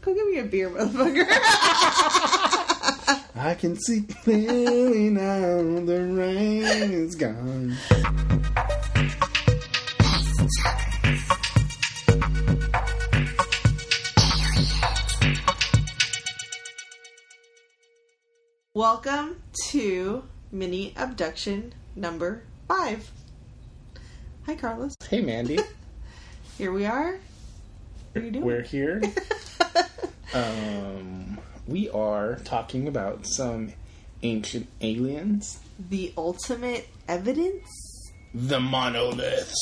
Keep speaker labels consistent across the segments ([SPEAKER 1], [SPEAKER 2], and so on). [SPEAKER 1] Go give me a beer, motherfucker.
[SPEAKER 2] I can see clearly now the rain is gone.
[SPEAKER 1] Welcome to mini abduction number five. Hi, Carlos.
[SPEAKER 2] Hey, Mandy.
[SPEAKER 1] Here we are. What are you doing?
[SPEAKER 2] We're here. Um, we are talking about some ancient aliens,
[SPEAKER 1] the ultimate evidence?
[SPEAKER 2] the monoliths.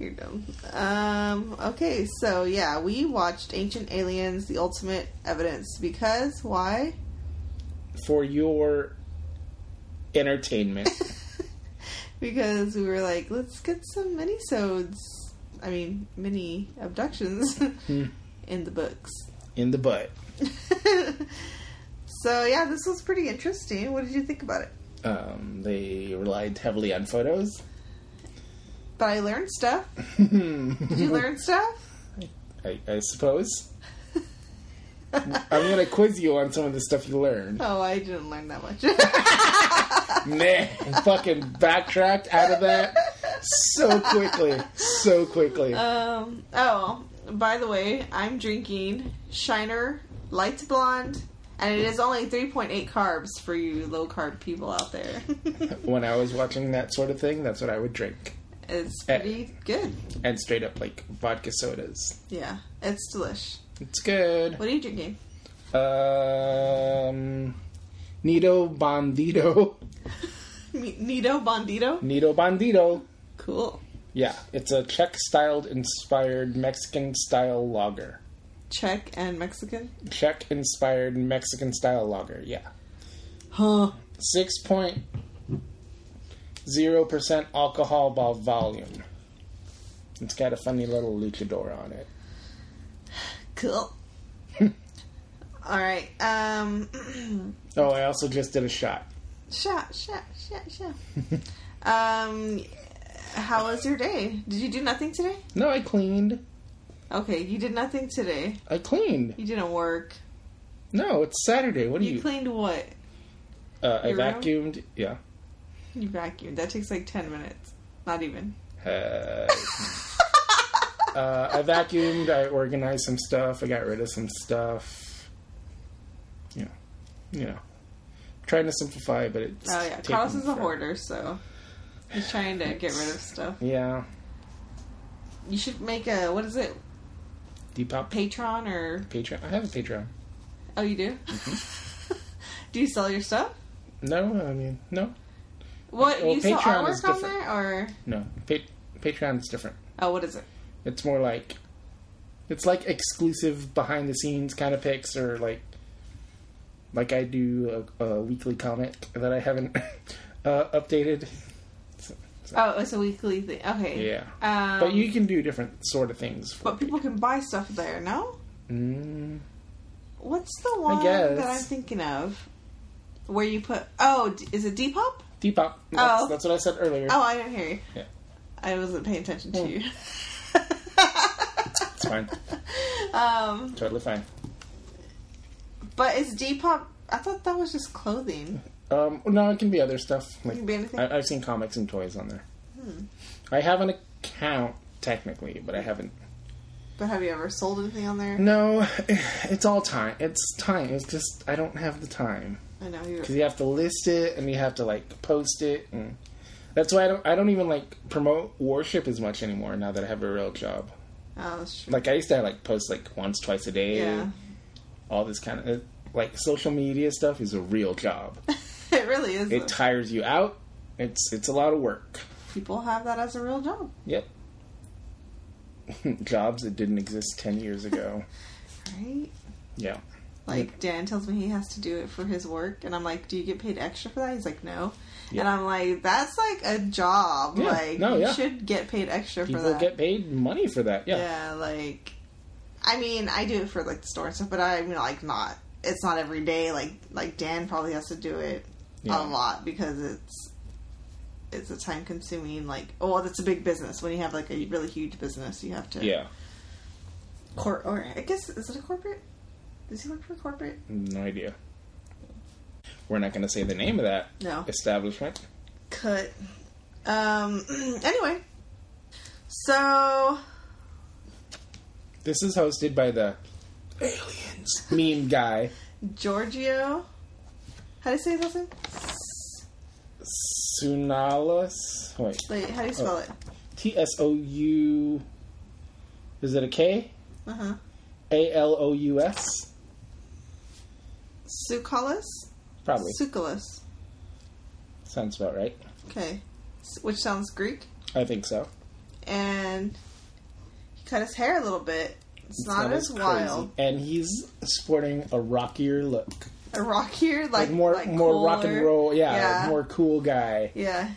[SPEAKER 1] You're dumb. Um, okay, so yeah, we watched Ancient Aliens, the ultimate evidence. Because, why?
[SPEAKER 2] For your entertainment.
[SPEAKER 1] Because we were like, let's get some mini-sodes. I mean, mini abductions
[SPEAKER 2] Hmm.
[SPEAKER 1] in the books.
[SPEAKER 2] In the butt.
[SPEAKER 1] so yeah, this was pretty interesting. What did you think about it?
[SPEAKER 2] Um, they relied heavily on photos.
[SPEAKER 1] But I learned stuff. Did you
[SPEAKER 2] I,
[SPEAKER 1] learn stuff?
[SPEAKER 2] I suppose. I'm gonna quiz you on some of the stuff you learned.
[SPEAKER 1] Oh, I didn't learn that much.
[SPEAKER 2] Man, fucking backtracked out of that so quickly, so quickly.
[SPEAKER 1] um. Oh, by the way, I'm drinking Shiner Light Blonde, and it is only 3.8 carbs for you low carb people out there.
[SPEAKER 2] When I was watching that sort of thing, that's what I would drink.
[SPEAKER 1] it's pretty good.
[SPEAKER 2] And straight up like vodka sodas.
[SPEAKER 1] Yeah, it's delish.
[SPEAKER 2] It's good.
[SPEAKER 1] What are you drinking?
[SPEAKER 2] Um, Nido Bandito.
[SPEAKER 1] Mi- Nido Bandito.
[SPEAKER 2] Nido Bandito.
[SPEAKER 1] Cool.
[SPEAKER 2] Yeah, it's a Czech styled inspired Mexican style lager.
[SPEAKER 1] Czech and Mexican.
[SPEAKER 2] Czech inspired Mexican style lager, yeah.
[SPEAKER 1] Huh.
[SPEAKER 2] 6.0% alcohol by volume. It's got a funny little luchador on it.
[SPEAKER 1] Cool. All right. Um,
[SPEAKER 2] Oh, I also just did a shot.
[SPEAKER 1] shot, shot, shot, shot. um, how was your day? Did you do nothing today?
[SPEAKER 2] No, I cleaned.
[SPEAKER 1] Okay, you did nothing today.
[SPEAKER 2] I cleaned.
[SPEAKER 1] You didn't work.
[SPEAKER 2] No, it's Saturday. What do
[SPEAKER 1] You,
[SPEAKER 2] you?
[SPEAKER 1] cleaned what?
[SPEAKER 2] uh, I
[SPEAKER 1] your room?
[SPEAKER 2] vacuumed. Yeah.
[SPEAKER 1] You vacuumed. That takes like ten minutes. Not even.
[SPEAKER 2] Uh, uh, I vacuumed. I organized some stuff. I got rid of some stuff. You know, you know, trying to simplify, but it's
[SPEAKER 1] Oh yeah,
[SPEAKER 2] taking
[SPEAKER 1] Carlos is a
[SPEAKER 2] forever.
[SPEAKER 1] hoarder, so he's trying to get rid of stuff.
[SPEAKER 2] Yeah,
[SPEAKER 1] You should make a what is it?
[SPEAKER 2] Depop
[SPEAKER 1] Patreon or
[SPEAKER 2] Patreon. I have a Patreon.
[SPEAKER 1] oh, you do?
[SPEAKER 2] Mm-hmm.
[SPEAKER 1] do you sell your stuff?
[SPEAKER 2] No, I mean no,
[SPEAKER 1] What
[SPEAKER 2] Well,
[SPEAKER 1] you sell
[SPEAKER 2] Patreon
[SPEAKER 1] artwork
[SPEAKER 2] is
[SPEAKER 1] on
[SPEAKER 2] different.
[SPEAKER 1] there or
[SPEAKER 2] no. Pa- Patreon's different.
[SPEAKER 1] oh, what is it?
[SPEAKER 2] It's more like it's like exclusive behind the scenes kind of pics, or like like I do a, a weekly comic that I haven't uh, updated.
[SPEAKER 1] Oh, it's a weekly thing. Okay.
[SPEAKER 2] Yeah.
[SPEAKER 1] Um,
[SPEAKER 2] But you can do different sort of things. For
[SPEAKER 1] But people can buy stuff there. No.
[SPEAKER 2] Mm,
[SPEAKER 1] What's the one
[SPEAKER 2] guess.
[SPEAKER 1] that I'm thinking of? Where you put? Oh, d- is it Depop? Oh,
[SPEAKER 2] Depop. That's,
[SPEAKER 1] Oh.
[SPEAKER 2] that's what I said earlier.
[SPEAKER 1] I didn't hear you.
[SPEAKER 2] Yeah.
[SPEAKER 1] I wasn't paying attention to you.
[SPEAKER 2] It's fine.
[SPEAKER 1] um,
[SPEAKER 2] totally fine.
[SPEAKER 1] but is Depop? I thought that was just clothing.
[SPEAKER 2] Um, no, it can be other stuff.
[SPEAKER 1] It
[SPEAKER 2] Like
[SPEAKER 1] can be anything. Hmm.
[SPEAKER 2] I, I've seen comics and toys on there. I have an account technically, but I haven't.
[SPEAKER 1] But have you ever sold anything on there?
[SPEAKER 2] No, it's all time. It's time. It's just I don't have the time.
[SPEAKER 1] I know you.
[SPEAKER 2] because you have to list it and you have to like post it and that's why I don't I don't even like promote worship as much anymore now that I have a real job.
[SPEAKER 1] Oh, that's true.
[SPEAKER 2] Like I used to like post like once twice a day,
[SPEAKER 1] yeah.
[SPEAKER 2] all this kind of like social media stuff is a real job.
[SPEAKER 1] it really is.
[SPEAKER 2] it tires you out. It's it's a lot of work.
[SPEAKER 1] People have that as a real job.
[SPEAKER 2] Yep. Jobs that didn't exist 10 years ago.
[SPEAKER 1] Right?
[SPEAKER 2] yeah.
[SPEAKER 1] Like Dan tells me he has to do it for his work, and I'm like, "Do you get paid extra for that?" He's like, "No,"
[SPEAKER 2] Yeah.
[SPEAKER 1] and I'm like, "That's like a job.
[SPEAKER 2] Yeah.
[SPEAKER 1] Like
[SPEAKER 2] No,
[SPEAKER 1] you
[SPEAKER 2] yeah.
[SPEAKER 1] should get paid extra for
[SPEAKER 2] People
[SPEAKER 1] that."
[SPEAKER 2] get paid money for that. Yeah.
[SPEAKER 1] yeah, like, I mean, I do it for like the store and stuff, but I mean, like, not it's not every day. Like, like Dan probably has to do it
[SPEAKER 2] Yeah.
[SPEAKER 1] a lot because it's it's a time consuming like oh well that's a big business when you have like a really huge business you have to
[SPEAKER 2] Yeah.
[SPEAKER 1] cor- or I guess is it a corporate does he work for corporate
[SPEAKER 2] No idea. We're not going to say the name of that
[SPEAKER 1] no
[SPEAKER 2] establishment.
[SPEAKER 1] cut um anyway so
[SPEAKER 2] This is hosted by the aliens meme guy,
[SPEAKER 1] Giorgio how do you say his last name
[SPEAKER 2] Sunalis. Wait,
[SPEAKER 1] Wait, how do
[SPEAKER 2] Oh.
[SPEAKER 1] you spell it
[SPEAKER 2] T S O U. Is it a K?
[SPEAKER 1] uh huh
[SPEAKER 2] A L O U S?
[SPEAKER 1] Sukalis
[SPEAKER 2] Probably.
[SPEAKER 1] Sukalis
[SPEAKER 2] Sounds about right.
[SPEAKER 1] okay S- which sounds Greek
[SPEAKER 2] I think so.
[SPEAKER 1] and he cut his hair a little bit it's, not, as
[SPEAKER 2] crazy.
[SPEAKER 1] wild
[SPEAKER 2] And he's sporting a rockier look.
[SPEAKER 1] a rockier, like,
[SPEAKER 2] Like more
[SPEAKER 1] like
[SPEAKER 2] more rock and
[SPEAKER 1] cooler.
[SPEAKER 2] roll. Yeah,
[SPEAKER 1] yeah.
[SPEAKER 2] like more cool guy.
[SPEAKER 1] Yeah,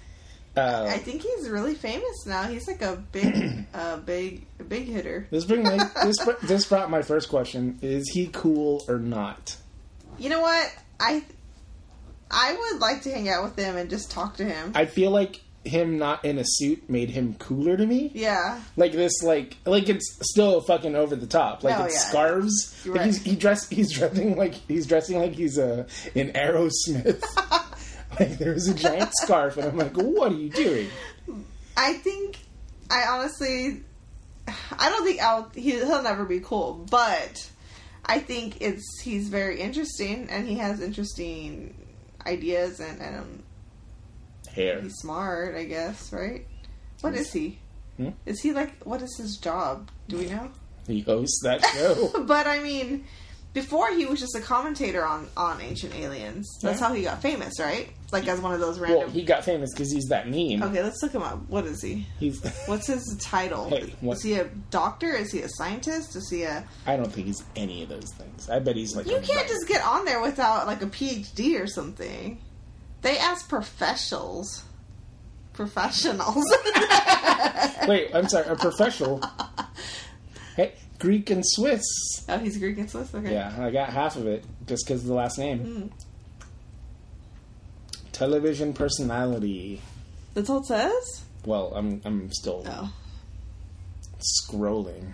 [SPEAKER 2] Uh,
[SPEAKER 1] I think he's really famous now. He's like a big, a big, a big hitter.
[SPEAKER 2] This bring my this br- this brought my first question: Is he cool or not?
[SPEAKER 1] You know what? I, I would like to hang out with him and just talk to him.
[SPEAKER 2] I feel like him not in a suit made him cooler to me.
[SPEAKER 1] yeah,
[SPEAKER 2] Like this, like like it's still fucking over the top. Like
[SPEAKER 1] No,
[SPEAKER 2] it's
[SPEAKER 1] Oh, yeah.
[SPEAKER 2] scarves.
[SPEAKER 1] You're
[SPEAKER 2] Like
[SPEAKER 1] right.
[SPEAKER 2] he's, he dressed. He's dressing like he's dressing like he's a an Aerosmith. like there was a giant scarf, and I'm like, what are you doing?
[SPEAKER 1] I think I honestly, I don't think I'll. He, he'll never be cool, but I think it's he's very interesting and he has interesting ideas and and um,
[SPEAKER 2] Hair.
[SPEAKER 1] he's smart. I guess right. What is he?
[SPEAKER 2] Hmm?
[SPEAKER 1] Is he like what is his job? Do we know?
[SPEAKER 2] He hosts that show.
[SPEAKER 1] but I mean, before he was just a commentator on on Ancient Aliens. That's
[SPEAKER 2] Yeah.
[SPEAKER 1] how he got famous, right? Like as one of those random.
[SPEAKER 2] well, he got famous because he's that meme.
[SPEAKER 1] okay, let's look him up. What is he?
[SPEAKER 2] He's.
[SPEAKER 1] What's his title?
[SPEAKER 2] Hey, what-
[SPEAKER 1] Is he a doctor? Is he a scientist? Is he a?
[SPEAKER 2] I don't think he's any of those things. I bet he's like.
[SPEAKER 1] You
[SPEAKER 2] a
[SPEAKER 1] can't
[SPEAKER 2] writer.
[SPEAKER 1] just get on there without like a PhD or something. They ask professionals. Professionals.
[SPEAKER 2] Wait, I'm sorry, a professional. hey, Greek and Swiss.
[SPEAKER 1] oh, he's Greek and Swiss. Okay.
[SPEAKER 2] Yeah, I got half of it just because of the last name. Television personality.
[SPEAKER 1] That's all it says.
[SPEAKER 2] Well, I'm I'm still
[SPEAKER 1] No.
[SPEAKER 2] scrolling.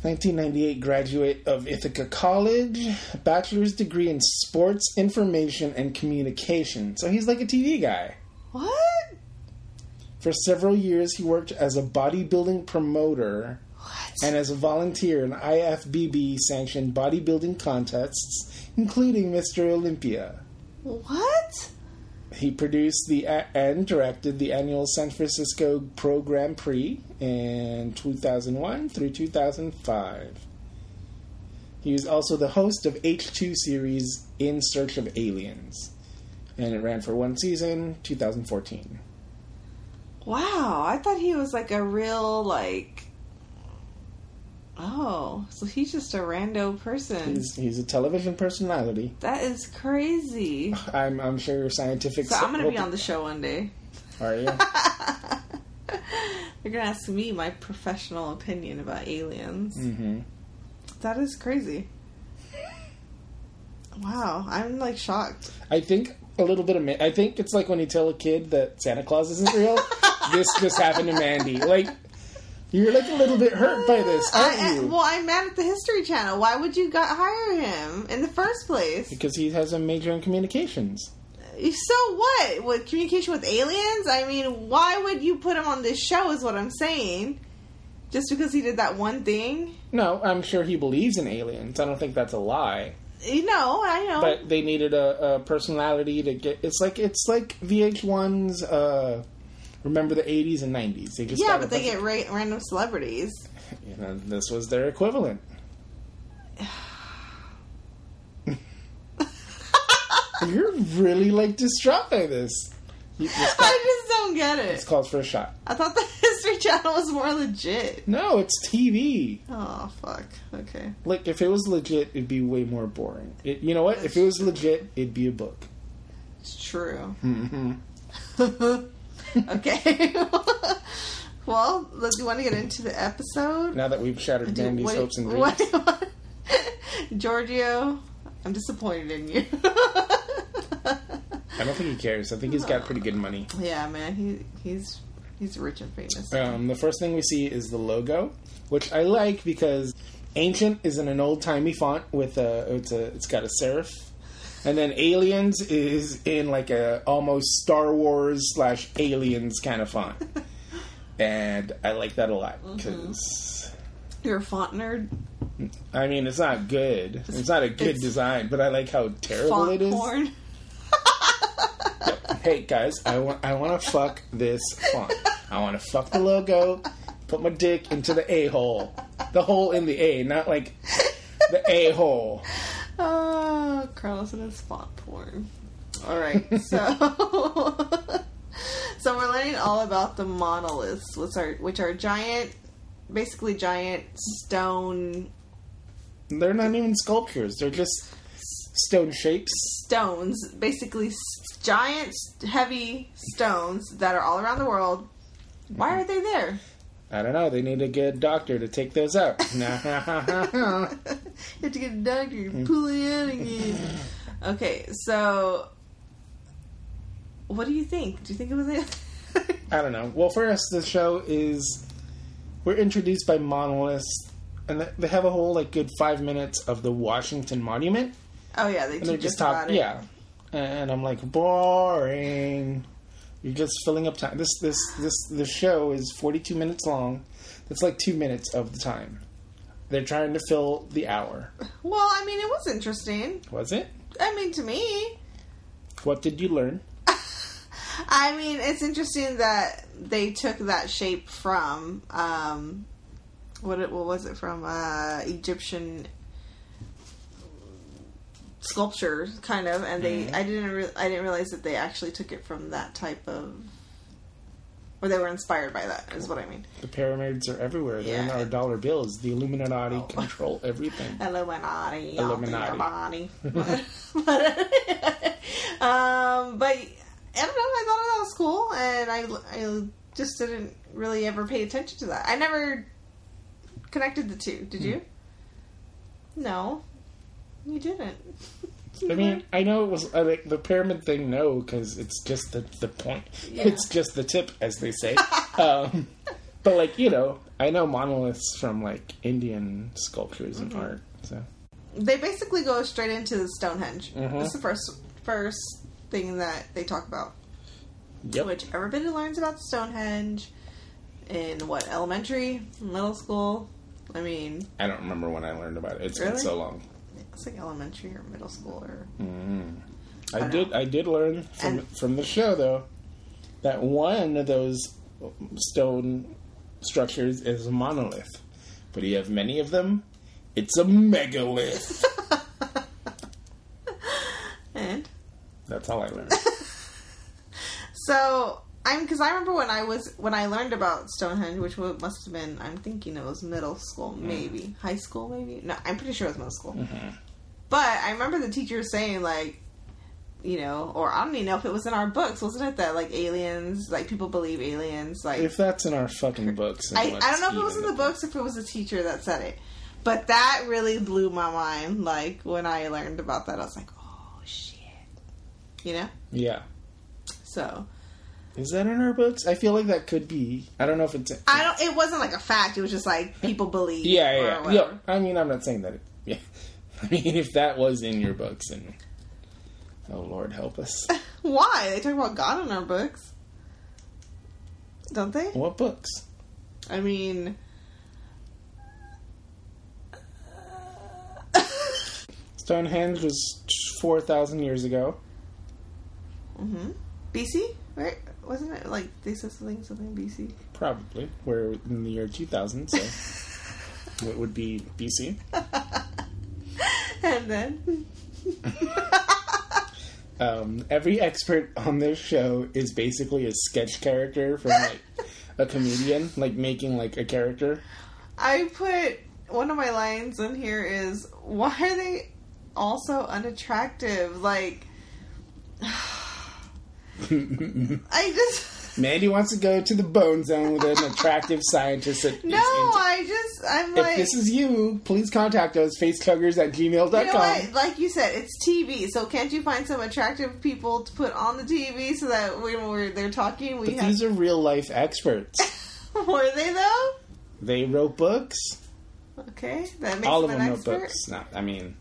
[SPEAKER 2] 1998 graduate of Ithaca College, bachelor's degree in sports information and communication. So he's like a TV guy.
[SPEAKER 1] What?
[SPEAKER 2] For several years, he worked as a bodybuilding promoter
[SPEAKER 1] What?
[SPEAKER 2] and as a volunteer in IFBB sanctioned bodybuilding contests, including Mr. Olympia.
[SPEAKER 1] what?
[SPEAKER 2] He produced the and directed the annual San Francisco Pro Grand Prix in 2001 through 2005. He was also the host of H2 series In Search of Aliens, and it ran for one season, 2014.
[SPEAKER 1] Wow, I thought he was like a real like. Oh, so he's just a rando person.
[SPEAKER 2] He's, he's a television personality.
[SPEAKER 1] that is crazy.
[SPEAKER 2] I'm I'm sure scientific.
[SPEAKER 1] So I'm gonna be on the show one day.
[SPEAKER 2] Are you?
[SPEAKER 1] They're gonna ask me my professional opinion about aliens.
[SPEAKER 2] hmm
[SPEAKER 1] That is crazy. Wow, I'm like shocked.
[SPEAKER 2] I think a little bit of. Ma- I think it's like when you tell a kid that Santa Claus isn't real. this just happened to Mandy. Like you're like a little bit hurt by this, aren't
[SPEAKER 1] I, I-
[SPEAKER 2] you?
[SPEAKER 1] well, I'm mad at the History Channel. Why would you got, hire him in the first place?
[SPEAKER 2] because he has a major in communications.
[SPEAKER 1] So what? With communication with aliens? I mean, why would you put him on this show? Is what I'm saying. Just because he did that one thing,
[SPEAKER 2] No, I'm sure he believes in aliens. I don't think that's a lie.
[SPEAKER 1] you know, I know.
[SPEAKER 2] But they needed a, a personality to get. It's like it's like VH1's. Uh, remember the 80s and 90s. They just
[SPEAKER 1] yeah,
[SPEAKER 2] got a
[SPEAKER 1] but they
[SPEAKER 2] bunch
[SPEAKER 1] get ra- random celebrities.
[SPEAKER 2] of- you know, this was their equivalent. You're really like distraught by this. You- This, call,
[SPEAKER 1] I just don't get
[SPEAKER 2] this
[SPEAKER 1] it.
[SPEAKER 2] calls for a shot.
[SPEAKER 1] I thought the History Channel was more legit.
[SPEAKER 2] No, it's TV.
[SPEAKER 1] Oh fuck. Okay.
[SPEAKER 2] Like if it was legit, it'd be way more boring. It, you know what? If it was legit, it'd be a book.
[SPEAKER 1] It's true.
[SPEAKER 2] Mm-hmm.
[SPEAKER 1] okay. well, let you want to get into the episode?
[SPEAKER 2] Now that we've shattered
[SPEAKER 1] Do-
[SPEAKER 2] Mandy's
[SPEAKER 1] what-
[SPEAKER 2] hopes and dreams,
[SPEAKER 1] what- what- Giorgio, I'm disappointed in you.
[SPEAKER 2] I don't think he cares. I think he's got pretty good money.
[SPEAKER 1] Yeah, man, he he's he's rich and famous.
[SPEAKER 2] Um, the first thing we see is the logo, which I like because ancient is in an old timey font with a it's a it's got a serif, and then aliens is in like a almost Star Wars slash aliens kind of font, and I like that a lot
[SPEAKER 1] Mm-hmm.
[SPEAKER 2] because
[SPEAKER 1] You're a font nerd.
[SPEAKER 2] I mean it's not good, it's not a good
[SPEAKER 1] It's-
[SPEAKER 2] design, but I like how terrible
[SPEAKER 1] font
[SPEAKER 2] it is.
[SPEAKER 1] porn.
[SPEAKER 2] hey guys, I want I want to fuck this font. I want to fuck the logo. Put my dick into the a hole, the hole in the a, not like the a hole.
[SPEAKER 1] Oh, Carlos and his font porn. All right, so so we're learning all about the monoliths, which are which are giant, basically giant stone
[SPEAKER 2] They're not even sculptures. They're just stone shapes.
[SPEAKER 1] stones, basically s- giant, s- heavy stones that are all around the world. Why are they there?
[SPEAKER 2] I don't know. They need a good doctor to take those out.
[SPEAKER 1] you have to get a doctor,
[SPEAKER 2] Mm.
[SPEAKER 1] you pull it out again. Okay, so what do you think? Do you think it was it?
[SPEAKER 2] I don't know. Well, first, the show is we're introduced by monoliths, and th- they have a whole like good five minutes of the Washington Monument.
[SPEAKER 1] Oh yeah, they
[SPEAKER 2] and they're
[SPEAKER 1] teach us
[SPEAKER 2] just
[SPEAKER 1] about
[SPEAKER 2] talking.
[SPEAKER 1] it.
[SPEAKER 2] Yeah, and I'm like boring. You're just filling up time. This this this the show is 42 minutes long. That's like two minutes of the time. They're trying to fill the hour.
[SPEAKER 1] Well, I mean, it was interesting.
[SPEAKER 2] Was it?
[SPEAKER 1] I mean, to me,
[SPEAKER 2] What did you learn?
[SPEAKER 1] I mean, it's interesting that they took that shape from um, what it, what was it from uh, Egyptian sculpture, kind of, and they I didn't re- I didn't realize that they actually took it from that type of. Or they were inspired by that, is what I mean.
[SPEAKER 2] The pyramids are everywhere. They're in
[SPEAKER 1] Yeah.
[SPEAKER 2] our dollar bills. The Illuminati
[SPEAKER 1] Oh.
[SPEAKER 2] control everything.
[SPEAKER 1] Illuminati.
[SPEAKER 2] Illuminati.
[SPEAKER 1] Illuminati. but, um, but I don't know. I thought that was cool, and I, I just didn't really ever pay attention to that. I never connected the two. Did
[SPEAKER 2] Hmm.
[SPEAKER 1] you? No, you didn't.
[SPEAKER 2] I mean, I know it was I like the pyramid thing. No, because it's just the the point.
[SPEAKER 1] Yeah.
[SPEAKER 2] It's just the tip, as they say. um, but like you know, I know monoliths from like Indian sculptures and
[SPEAKER 1] Mm-hmm.
[SPEAKER 2] art. So
[SPEAKER 1] they basically go straight into Stonehenge.
[SPEAKER 2] Mhm.
[SPEAKER 1] That's the first first thing that they talk about.
[SPEAKER 2] yep,
[SPEAKER 1] which everybody learns about Stonehenge in what elementary, middle school. I mean,
[SPEAKER 2] I don't remember when I learned about it. It's been
[SPEAKER 1] Really?
[SPEAKER 2] so long.
[SPEAKER 1] it's like elementary or middle school or
[SPEAKER 2] I,
[SPEAKER 1] I know.
[SPEAKER 2] did I did learn from
[SPEAKER 1] Oh, And-
[SPEAKER 2] from the show though that one of those stone structures is a monolith, but you have many of them. It's a megalith.
[SPEAKER 1] and
[SPEAKER 2] That's all I learned.
[SPEAKER 1] so I'm because I remember when I was when I learned about Stonehenge, which wa- must have been I'm thinking it was middle school, maybe high school, maybe no, I'm pretty sure it was middle school. But I remember the teacher saying like. You know, or I don't even know if it was in our books, wasn't it? That like aliens, like people believe aliens, like
[SPEAKER 2] If that's in our fucking books, then
[SPEAKER 1] I,
[SPEAKER 2] what's
[SPEAKER 1] I don't know if it was in
[SPEAKER 2] even
[SPEAKER 1] the books, if it was a teacher that said it, but that really blew my mind. Like when I learned about that, I was like, oh shit, you know.
[SPEAKER 2] Yeah,
[SPEAKER 1] So
[SPEAKER 2] is that in our books? I feel like that could be. I don't know if it's.
[SPEAKER 1] I don't. It wasn't like a fact. It was just like people believe.
[SPEAKER 2] yeah,
[SPEAKER 1] or
[SPEAKER 2] yeah, yeah.
[SPEAKER 1] whatever.
[SPEAKER 2] yeah. I mean, I'm not saying that. It, yeah, I mean, if that was in your books, and oh Lord help us,
[SPEAKER 1] Why they talk about God in our books? Don't they?
[SPEAKER 2] what books?
[SPEAKER 1] I mean,
[SPEAKER 2] Stonehenge was four thousand years ago.
[SPEAKER 1] hmm BC, right? Wasn't it like they said something something BC?
[SPEAKER 2] Probably. We're in the year 2000, so it would be BC.
[SPEAKER 1] And then
[SPEAKER 2] Um, every expert on this show is basically a sketch character from like a comedian, like making like a character.
[SPEAKER 1] I put one of my lines in here is why are they also unattractive? Like I just
[SPEAKER 2] Mandy wants to go to the bone zone with an attractive scientist. That is
[SPEAKER 1] No,
[SPEAKER 2] into-
[SPEAKER 1] I just I'm
[SPEAKER 2] if
[SPEAKER 1] like
[SPEAKER 2] this is you, please contact us, facecuggers at
[SPEAKER 1] you
[SPEAKER 2] gmail.com.
[SPEAKER 1] know what? Like you said, it's TV. So can't you find some attractive people to put on the TV so that when we're they're talking, we
[SPEAKER 2] But
[SPEAKER 1] have.
[SPEAKER 2] these are real life experts.
[SPEAKER 1] Were they though?
[SPEAKER 2] they wrote books.
[SPEAKER 1] Okay, that makes
[SPEAKER 2] All of
[SPEAKER 1] an
[SPEAKER 2] them wrote
[SPEAKER 1] expert.
[SPEAKER 2] books. Not, I mean,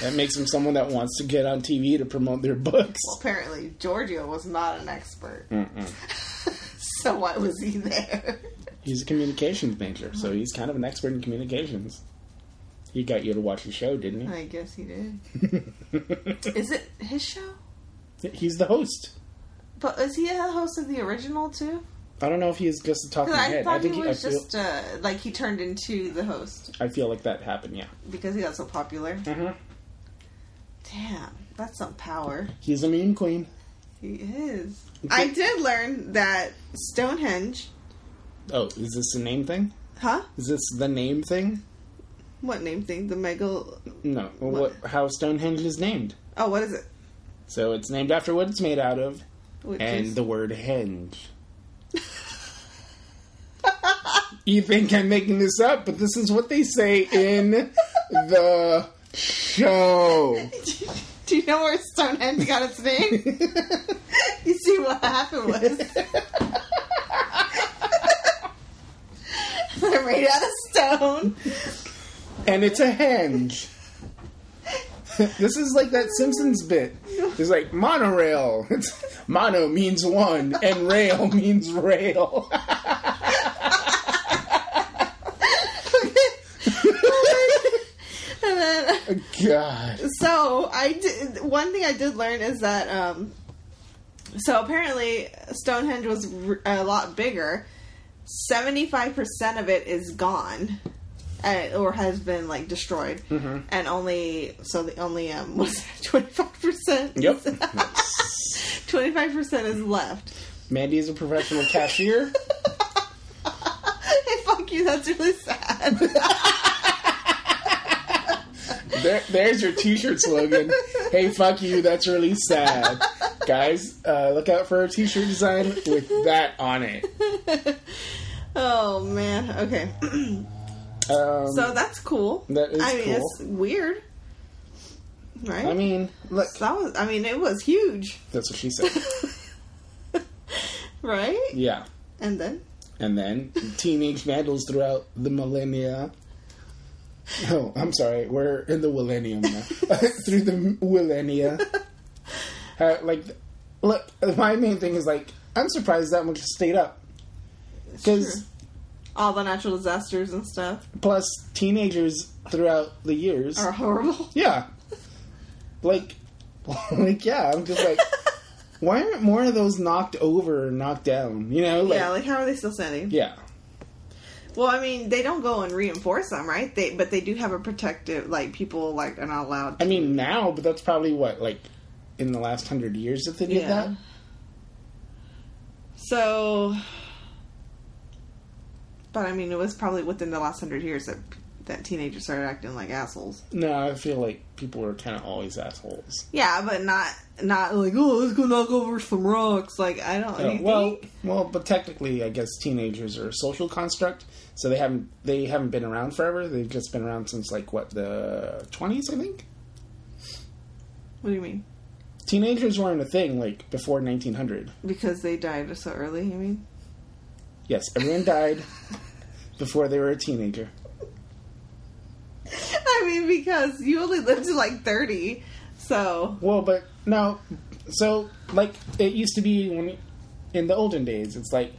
[SPEAKER 2] that makes them someone that wants to get on TV to promote their books.
[SPEAKER 1] Apparently, Giorgio was not an expert.
[SPEAKER 2] Mm-mm.
[SPEAKER 1] So why was he there?
[SPEAKER 2] He's a communications major, so he's kind of an expert in communications. He got you to watch the show, didn't
[SPEAKER 1] I guess he did.
[SPEAKER 2] he?
[SPEAKER 1] Is it his show?
[SPEAKER 2] he's the host.
[SPEAKER 1] But is he a host of the original too?
[SPEAKER 2] I don't know if he is just the talking
[SPEAKER 1] 'Cause I
[SPEAKER 2] head.
[SPEAKER 1] thought
[SPEAKER 2] I think
[SPEAKER 1] he
[SPEAKER 2] he, I,
[SPEAKER 1] was
[SPEAKER 2] feel,
[SPEAKER 1] just uh, like he turned into the host
[SPEAKER 2] I feel like that happened. Yeah,
[SPEAKER 1] because he got so popular. Damn, that's some power.
[SPEAKER 2] he's a meme queen.
[SPEAKER 1] He is. I did learn that Stonehenge,
[SPEAKER 2] Oh, is this the name thing?
[SPEAKER 1] huh?
[SPEAKER 2] Is this the name thing?
[SPEAKER 1] What name thing? The megal.
[SPEAKER 2] No. Well, what? how Stonehenge is named?
[SPEAKER 1] Oh, what is it?
[SPEAKER 2] So it's named after what it's made out of,
[SPEAKER 1] Which
[SPEAKER 2] and
[SPEAKER 1] is-
[SPEAKER 2] the word hinge. you think I'm making this up, but this is what they say in the show.
[SPEAKER 1] Do you know where Stonehenge got its name? you see what happened was they're made out of stone.
[SPEAKER 2] and it's a hinge. this is like that Simpsons bit. It's like monorail. It's, mono means one, and rail means rail.
[SPEAKER 1] And then,
[SPEAKER 2] God.
[SPEAKER 1] so I did. One thing I did learn is that um, so apparently Stonehenge was r- a lot bigger. Seventy-five percent of it is gone, uh, or has been like destroyed, and only so the only um was twenty-five percent.
[SPEAKER 2] Yep.
[SPEAKER 1] Twenty-five percent is left.
[SPEAKER 2] Mandy is a professional cashier.
[SPEAKER 1] hey, fuck you. That's really sad.
[SPEAKER 2] There, there's your t-shirt slogan. hey, fuck you. That's really sad, guys. Uh, look out for a t-shirt design with that on it.
[SPEAKER 1] oh man. Okay.
[SPEAKER 2] Um,
[SPEAKER 1] So that's cool.
[SPEAKER 2] That is
[SPEAKER 1] I mean,
[SPEAKER 2] cool.
[SPEAKER 1] it's weird, right?
[SPEAKER 2] I mean, look.
[SPEAKER 1] that was. I mean, it was huge,
[SPEAKER 2] That's what she said.
[SPEAKER 1] right?
[SPEAKER 2] Yeah.
[SPEAKER 1] And then
[SPEAKER 2] And then teenage vandals throughout the millennia. Oh, I'm sorry. We're in the millennium now. Through the millennia. Uh, like, look, my main thing is like, I'm surprised that much stayed up. Because
[SPEAKER 1] Sure. all the natural disasters and stuff
[SPEAKER 2] plus teenagers throughout the years.
[SPEAKER 1] are horrible.
[SPEAKER 2] Yeah. Like, like yeah. I'm just like, why aren't more of those knocked over, or knocked down? You know, like,
[SPEAKER 1] yeah, like how are they still standing?
[SPEAKER 2] yeah.
[SPEAKER 1] Well, I mean, they don't go and reinforce them, right? They but they do have a protective, like people like are not allowed.
[SPEAKER 2] I mean now, but that's probably what like in the last hundred years that they did
[SPEAKER 1] Yeah.
[SPEAKER 2] that.
[SPEAKER 1] So, but I mean, it was probably within the last hundred years that that teenagers started acting like assholes.
[SPEAKER 2] No, I feel like people were kind of always assholes.
[SPEAKER 1] Yeah, but not not like oh, let's go knock over some rocks. Like I don't.
[SPEAKER 2] Uh,
[SPEAKER 1] you
[SPEAKER 2] well,
[SPEAKER 1] think?
[SPEAKER 2] well, but technically, I guess teenagers are a social construct, so they haven't they haven't been around forever. They've just been around since like what the twenties, I think.
[SPEAKER 1] what do you mean?
[SPEAKER 2] Teenagers weren't a thing like before nineteen hundred.
[SPEAKER 1] Because they died so early. You mean?
[SPEAKER 2] Yes, everyone died before they were a teenager.
[SPEAKER 1] I mean because you only lived to like thirty. So
[SPEAKER 2] Well, but no. So, like, it used to be when in the olden days, it's like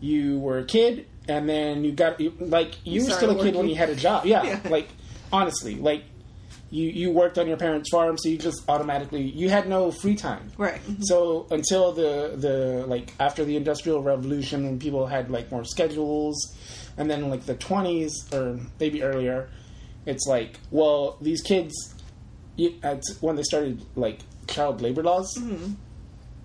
[SPEAKER 2] you were a kid and then you got you- like you, were
[SPEAKER 1] started
[SPEAKER 2] still a kid when
[SPEAKER 1] working.
[SPEAKER 2] you had a job. Yeah,
[SPEAKER 1] Yeah.
[SPEAKER 2] like honestly, like you you worked on your parents' farm, so you just automatically you had no free time.
[SPEAKER 1] right.
[SPEAKER 2] So until the the like after the industrial revolution when people had like more schedules and then like the 20s or maybe earlier it's like well these kids you- it's when they started like child labor laws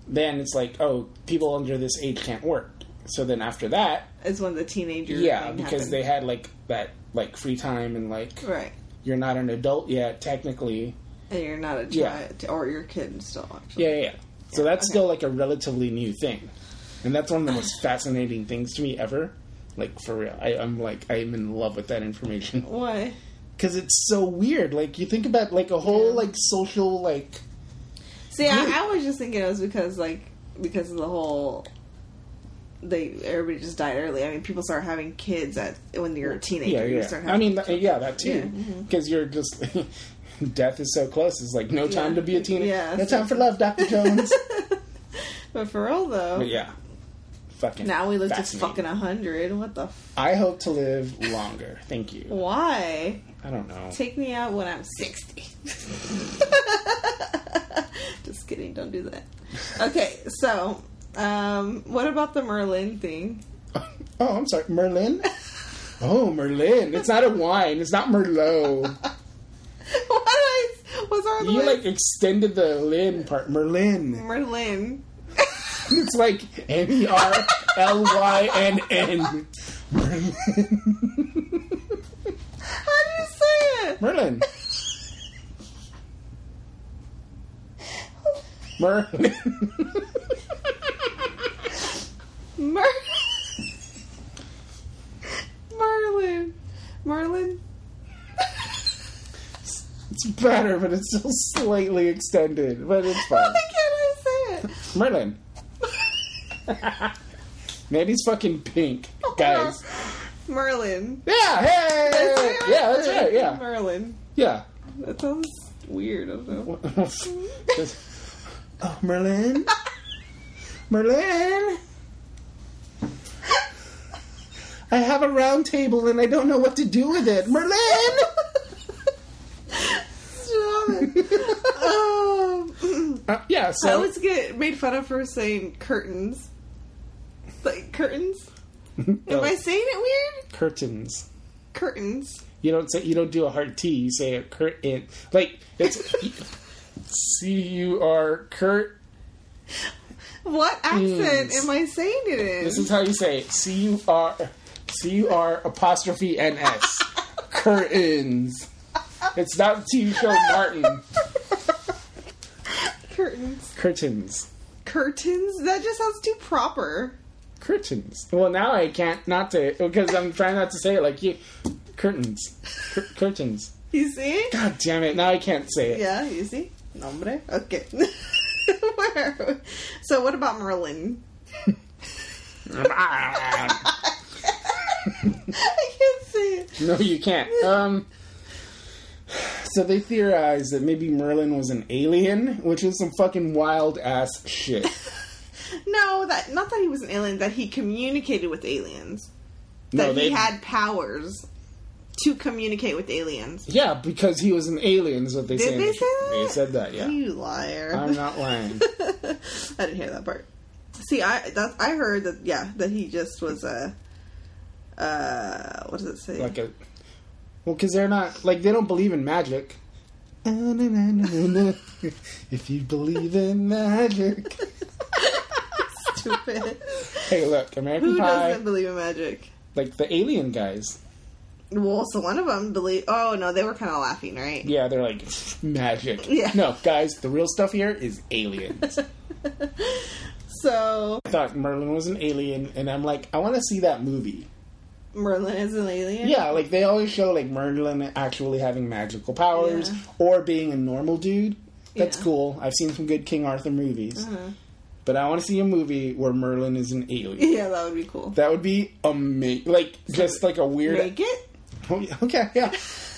[SPEAKER 2] then it's like oh people under this age can't work so then after that
[SPEAKER 1] Is when the teenagers.
[SPEAKER 2] yeah because they had like that like free time and like
[SPEAKER 1] right.
[SPEAKER 2] you're not an adult yet technically
[SPEAKER 1] And you're not a child,
[SPEAKER 2] Yeah.
[SPEAKER 1] or your kid still actually.
[SPEAKER 2] Yeah, yeah. yeah. So that's
[SPEAKER 1] okay.
[SPEAKER 2] still like a relatively new thing. and that's one of the most fascinating things to me ever. Like for real, I, I'm like I'm in love with that information
[SPEAKER 1] What?
[SPEAKER 2] because it's so weird. Like you think about like a whole
[SPEAKER 1] Yeah.
[SPEAKER 2] like social like
[SPEAKER 1] See,
[SPEAKER 2] Dude.
[SPEAKER 1] I, I was just thinking it was because like because of the whole they everybody just died early. I mean, people start having kids at when you're a teenager.
[SPEAKER 2] yeah
[SPEAKER 1] You
[SPEAKER 2] yeah.
[SPEAKER 1] start
[SPEAKER 2] I
[SPEAKER 1] having
[SPEAKER 2] mean th- yeah that
[SPEAKER 1] Yeah,
[SPEAKER 2] too
[SPEAKER 1] mhm.
[SPEAKER 2] because you're just death is so close. It's like no time
[SPEAKER 1] Yeah.
[SPEAKER 2] to be a teenager.
[SPEAKER 1] Yeah,
[SPEAKER 2] no
[SPEAKER 1] it's
[SPEAKER 2] time
[SPEAKER 1] not-
[SPEAKER 2] for love, Doctor Jones.
[SPEAKER 1] but for real though,
[SPEAKER 2] but yeah, fucking.
[SPEAKER 1] now we lived to
[SPEAKER 2] fascinating.
[SPEAKER 1] fucking hundred. What the? F-
[SPEAKER 2] I hope to live longer. Thank you.
[SPEAKER 1] why?
[SPEAKER 2] I don't know.
[SPEAKER 1] Take me out when I'm sixty. just kidding. Don't do that. Okay, so um, what about the Merlin thing?
[SPEAKER 2] Oh, I'm sorry, Merlin. Oh, Merlin. It's not a wine. It's not Merlot.
[SPEAKER 1] what I, was our
[SPEAKER 2] You
[SPEAKER 1] list?
[SPEAKER 2] like extended the Lin part. Merlin.
[SPEAKER 1] Merlin.
[SPEAKER 2] It's like M E R L Y N N. Merlin.
[SPEAKER 1] How do you say it?
[SPEAKER 2] Merlin. Merlin.
[SPEAKER 1] Mer- Merlin. Merlin.
[SPEAKER 2] It's better, but it's still slightly extended. But it's
[SPEAKER 1] Why
[SPEAKER 2] fine.
[SPEAKER 1] can't I say it?
[SPEAKER 2] Merlin. Man, he's fucking pink,
[SPEAKER 1] Oh,
[SPEAKER 2] guys.
[SPEAKER 1] Merlin.
[SPEAKER 2] Yeah, hey, yeah, that's right, yeah,
[SPEAKER 1] Merlin.
[SPEAKER 2] yeah.
[SPEAKER 1] That sounds weird. I don't know.
[SPEAKER 2] Just- oh, Merlin, Merlin. I have a round table and I don't know what to do with it, Merlin.
[SPEAKER 1] Stop it. um,
[SPEAKER 2] Uh, yeah,
[SPEAKER 1] I
[SPEAKER 2] so
[SPEAKER 1] always get made fun of for saying curtains. Like curtains? Am
[SPEAKER 2] Oh,
[SPEAKER 1] I saying it weird?
[SPEAKER 2] curtains.
[SPEAKER 1] Curtains.
[SPEAKER 2] You don't say you don't do a hard T. You say a curtain. Like it's C U R curt.
[SPEAKER 1] What accent am I saying it in?
[SPEAKER 2] This is how you say it. C U R C U R apostrophe N S. Curtains. It's not TV show Martin.
[SPEAKER 1] curtains.
[SPEAKER 2] Curtains.
[SPEAKER 1] Curtains? That just sounds too proper.
[SPEAKER 2] Curtains. Well, now I can't not to because I'm trying not to say it like you. Curtains. Cur- curtains.
[SPEAKER 1] You see?
[SPEAKER 2] God damn it! Now I can't say it.
[SPEAKER 1] Yeah, you see? Nombre? Okay. Where? are we? So, what about Merlin? I can't see it.
[SPEAKER 2] no, you can't. Um. So they theorized that maybe Merlin was an alien, which is some fucking wild ass shit.
[SPEAKER 1] No, that not that he was an alien, that he communicated with aliens. That
[SPEAKER 2] no, they
[SPEAKER 1] he had powers to communicate with aliens.
[SPEAKER 2] Yeah, because he was an alien. Is what they
[SPEAKER 1] Did
[SPEAKER 2] say.
[SPEAKER 1] they say that?
[SPEAKER 2] They said that. Yeah,
[SPEAKER 1] You liar.
[SPEAKER 2] I'm not lying.
[SPEAKER 1] I didn't hear that part. See, I that I heard that yeah that he just was a uh what does it say?
[SPEAKER 2] Like a well, because they're not like they don't believe in magic. Ah, na, na, na, na, na. if you believe in magic,
[SPEAKER 1] Stupid.
[SPEAKER 2] hey, look, American
[SPEAKER 1] Who
[SPEAKER 2] Pie,
[SPEAKER 1] doesn't believe in magic?
[SPEAKER 2] like the alien guys.
[SPEAKER 1] Well, so one of them believe. Oh no, they were kind of laughing, right?
[SPEAKER 2] Yeah, they're like magic.
[SPEAKER 1] Yeah.
[SPEAKER 2] No, guys, the real stuff here is aliens.
[SPEAKER 1] So
[SPEAKER 2] I thought Merlin was an alien, and I'm like, I want to see that movie.
[SPEAKER 1] Merlin is an alien.
[SPEAKER 2] Yeah, like they always show like Merlin actually having magical powers
[SPEAKER 1] Yeah.
[SPEAKER 2] or being a normal dude. That's
[SPEAKER 1] Yeah.
[SPEAKER 2] cool. I've seen some good King Arthur movies,
[SPEAKER 1] Uh-huh.
[SPEAKER 2] but I want to see a movie where Merlin is an alien.
[SPEAKER 1] Yeah, that would be cool.
[SPEAKER 2] That would be amazing. Like just like a weird.
[SPEAKER 1] Make it.
[SPEAKER 2] Oh, yeah, okay, yeah,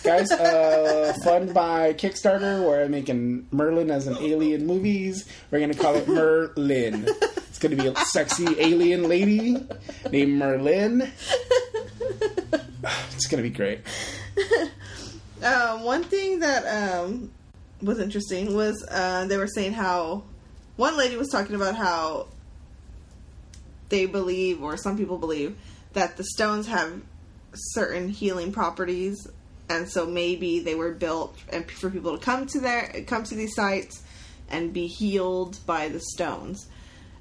[SPEAKER 2] guys. Uh, fund by Kickstarter. Where I'm making Merlin as an alien movies. We're gonna call it Merlin. It's gonna be a sexy alien lady named Merlin. It's gonna be great.
[SPEAKER 1] Um, one thing that um, was interesting was uh, they were saying how one lady was talking about how they believe, or some people believe, that the stones have certain healing properties, and so maybe they were built and for people to come to their come to these sites and be healed by the stones.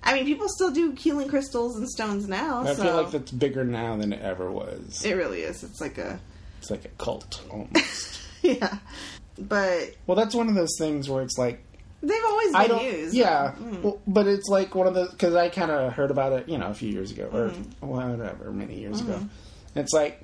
[SPEAKER 1] I mean, people still do healing crystals and stones now.
[SPEAKER 2] I
[SPEAKER 1] so
[SPEAKER 2] feel like that's bigger now than it ever was.
[SPEAKER 1] it really is. It's like a
[SPEAKER 2] It's like a cult almost.
[SPEAKER 1] yeah, but
[SPEAKER 2] well, that's one of those things where it's like
[SPEAKER 1] They've always
[SPEAKER 2] I
[SPEAKER 1] been
[SPEAKER 2] don't.
[SPEAKER 1] used.
[SPEAKER 2] Yeah,
[SPEAKER 1] Mm.
[SPEAKER 2] well, but it's like one of the because I kind of heard about it, you know, a few years ago or
[SPEAKER 1] Mm-hmm.
[SPEAKER 2] whatever, many years ago. And it's like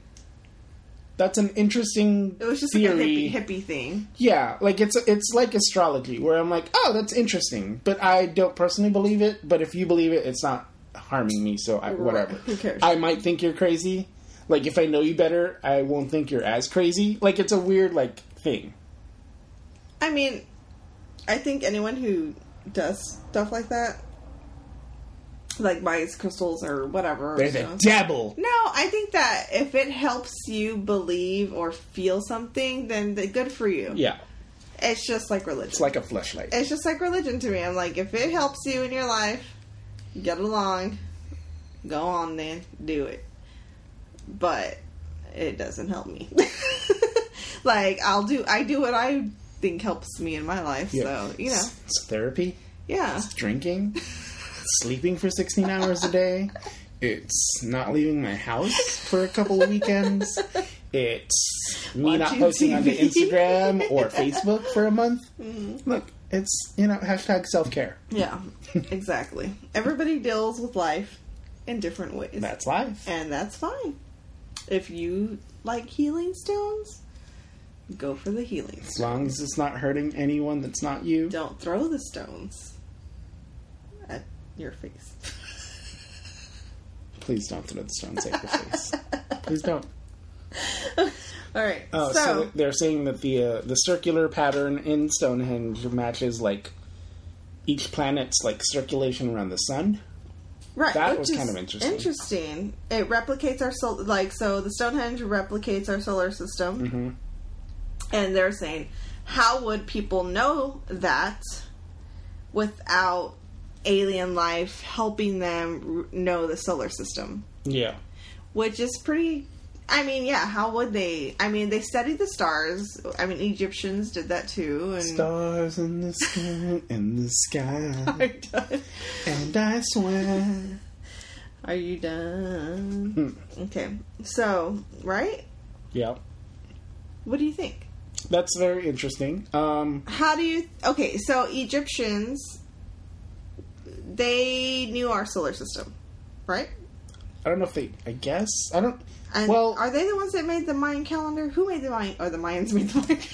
[SPEAKER 2] that's an interesting
[SPEAKER 1] It was just
[SPEAKER 2] theory.
[SPEAKER 1] like a hippie, hippie thing.
[SPEAKER 2] Yeah, like it's it's like astrology where I'm like, oh, that's interesting, but I don't personally believe it. But if you believe it, it's not harming me, so I, whatever.
[SPEAKER 1] Who cares?
[SPEAKER 2] I might think you're crazy. Like if I know you better, I won't think you're as crazy. Like it's a weird like thing.
[SPEAKER 1] I mean, I think anyone who does stuff like that, like buys crystals or whatever,
[SPEAKER 2] There's
[SPEAKER 1] you
[SPEAKER 2] a
[SPEAKER 1] know.
[SPEAKER 2] devil.
[SPEAKER 1] No, I think that if it helps you believe or feel something, then th- good for you.
[SPEAKER 2] Yeah,
[SPEAKER 1] It's just like religion.
[SPEAKER 2] it's like a fleshlight.
[SPEAKER 1] it's just like religion to me. I'm like, if it helps you in your life, get along, go on then, do it. But it doesn't help me. like I'll do, I do what I think helps me in my life. So uh, you know,
[SPEAKER 2] it's, it's therapy,
[SPEAKER 1] yeah,
[SPEAKER 2] it's drinking, it's sleeping for 16 hours a day. It's not leaving my house for a couple of weekends. It's me not
[SPEAKER 1] Watching
[SPEAKER 2] posting on the
[SPEAKER 1] TV.
[SPEAKER 2] Instagram or Facebook for a month.
[SPEAKER 1] Mm.
[SPEAKER 2] Look, it's you know hashtag self care.
[SPEAKER 1] yeah, exactly. Everybody deals with life in different ways,
[SPEAKER 2] That's life.
[SPEAKER 1] and that's fine. If you like healing stones, go for the healing.
[SPEAKER 2] As long as it's not hurting anyone that's not you.
[SPEAKER 1] Don't throw the stones at your face.
[SPEAKER 2] Please don't throw the stones at your face. Please don't.
[SPEAKER 1] All right.
[SPEAKER 2] Oh, so,
[SPEAKER 1] so,
[SPEAKER 2] they're saying that the uh, the circular pattern in Stonehenge matches like each planet's like circulation around the sun.
[SPEAKER 1] right,
[SPEAKER 2] that
[SPEAKER 1] which
[SPEAKER 2] was
[SPEAKER 1] is
[SPEAKER 2] kind of interesting.
[SPEAKER 1] Interesting. It replicates our solar, like so. The Stonehenge replicates our solar system,
[SPEAKER 2] Mm-hmm.
[SPEAKER 1] and they're saying, how would people know that without alien life helping them r- know the solar system?
[SPEAKER 2] Yeah.
[SPEAKER 1] which is pretty I mean, yeah, how would they? I mean, they studied the stars. I mean, Egyptians did that too and
[SPEAKER 2] Stars in the sky, in the sky,
[SPEAKER 1] Are you done?
[SPEAKER 2] and I swear.
[SPEAKER 1] Are you done?
[SPEAKER 2] Hmm.
[SPEAKER 1] okay. So, right?
[SPEAKER 2] Yeah,
[SPEAKER 1] What do you think?
[SPEAKER 2] that's very interesting. Um,
[SPEAKER 1] How do you Okay, so Egyptians they knew our solar system, right?
[SPEAKER 2] I don't know if they. I guess I don't.
[SPEAKER 1] And
[SPEAKER 2] well,
[SPEAKER 1] are they the ones that made the Mayan calendar? Who made the Mayan? Or the Mayans made the Mayan calendar?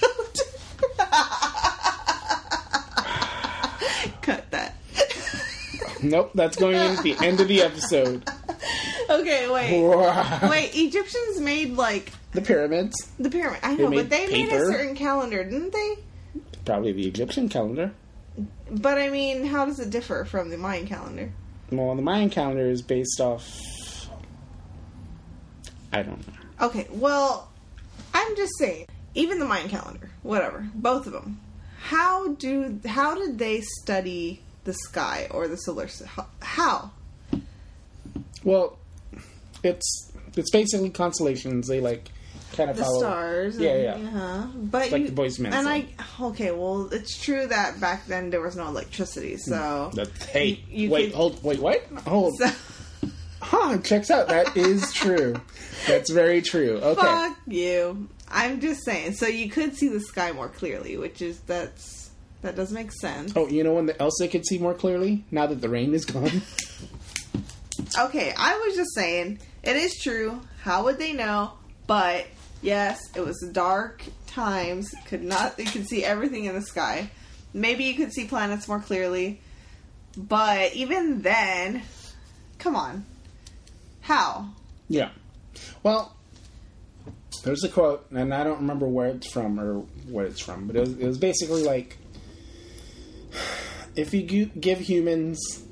[SPEAKER 1] Cut that.
[SPEAKER 2] nope. That's going in at the end of the episode.
[SPEAKER 1] okay, wait,
[SPEAKER 2] Wait.
[SPEAKER 1] wait. Egyptians made like
[SPEAKER 2] The pyramids,
[SPEAKER 1] the pyramid. I know,
[SPEAKER 2] made
[SPEAKER 1] but they made a
[SPEAKER 2] paper.
[SPEAKER 1] certain calendar, didn't they?
[SPEAKER 2] probably the Egyptian calendar.
[SPEAKER 1] But I mean, how does it differ from the Mayan calendar?
[SPEAKER 2] Well, the Mayan calendar is based off. I don't know.
[SPEAKER 1] Okay, well, I'm just saying, even the Mayan calendar, whatever, both of them. How do how did they study the sky or the solar sy- how?
[SPEAKER 2] Well, it's it's basically constellations. They like kind of
[SPEAKER 1] The
[SPEAKER 2] follow
[SPEAKER 1] stars,
[SPEAKER 2] Yeah,
[SPEAKER 1] and,
[SPEAKER 2] yeah.
[SPEAKER 1] uh-huh. But
[SPEAKER 2] Like
[SPEAKER 1] you-
[SPEAKER 2] the Boys' Men
[SPEAKER 1] and
[SPEAKER 2] song.
[SPEAKER 1] I okay, well, it's true that back then there was no electricity,
[SPEAKER 2] Hmm,
[SPEAKER 1] so
[SPEAKER 2] That, hey,
[SPEAKER 1] You- you
[SPEAKER 2] wait,
[SPEAKER 1] could-
[SPEAKER 2] hold, wait, what? Hold,
[SPEAKER 1] so
[SPEAKER 2] huh? Checks out. That is true. That's very true. Okay,
[SPEAKER 1] fuck you. I'm just saying, so you could see the sky more clearly, which is that's that does make sense.
[SPEAKER 2] Oh, you know when else they could see more clearly? Now that the rain is gone.
[SPEAKER 1] Okay, I was just saying, it is true. How would they know? But yes, it was dark times. Could not you could see everything in the sky. Maybe you could see planets more clearly. But even then, come on. How?
[SPEAKER 2] yeah. Well, there's a quote, and I don't remember where it's from or what it's from, but it was, it was basically like, if you gi- give humans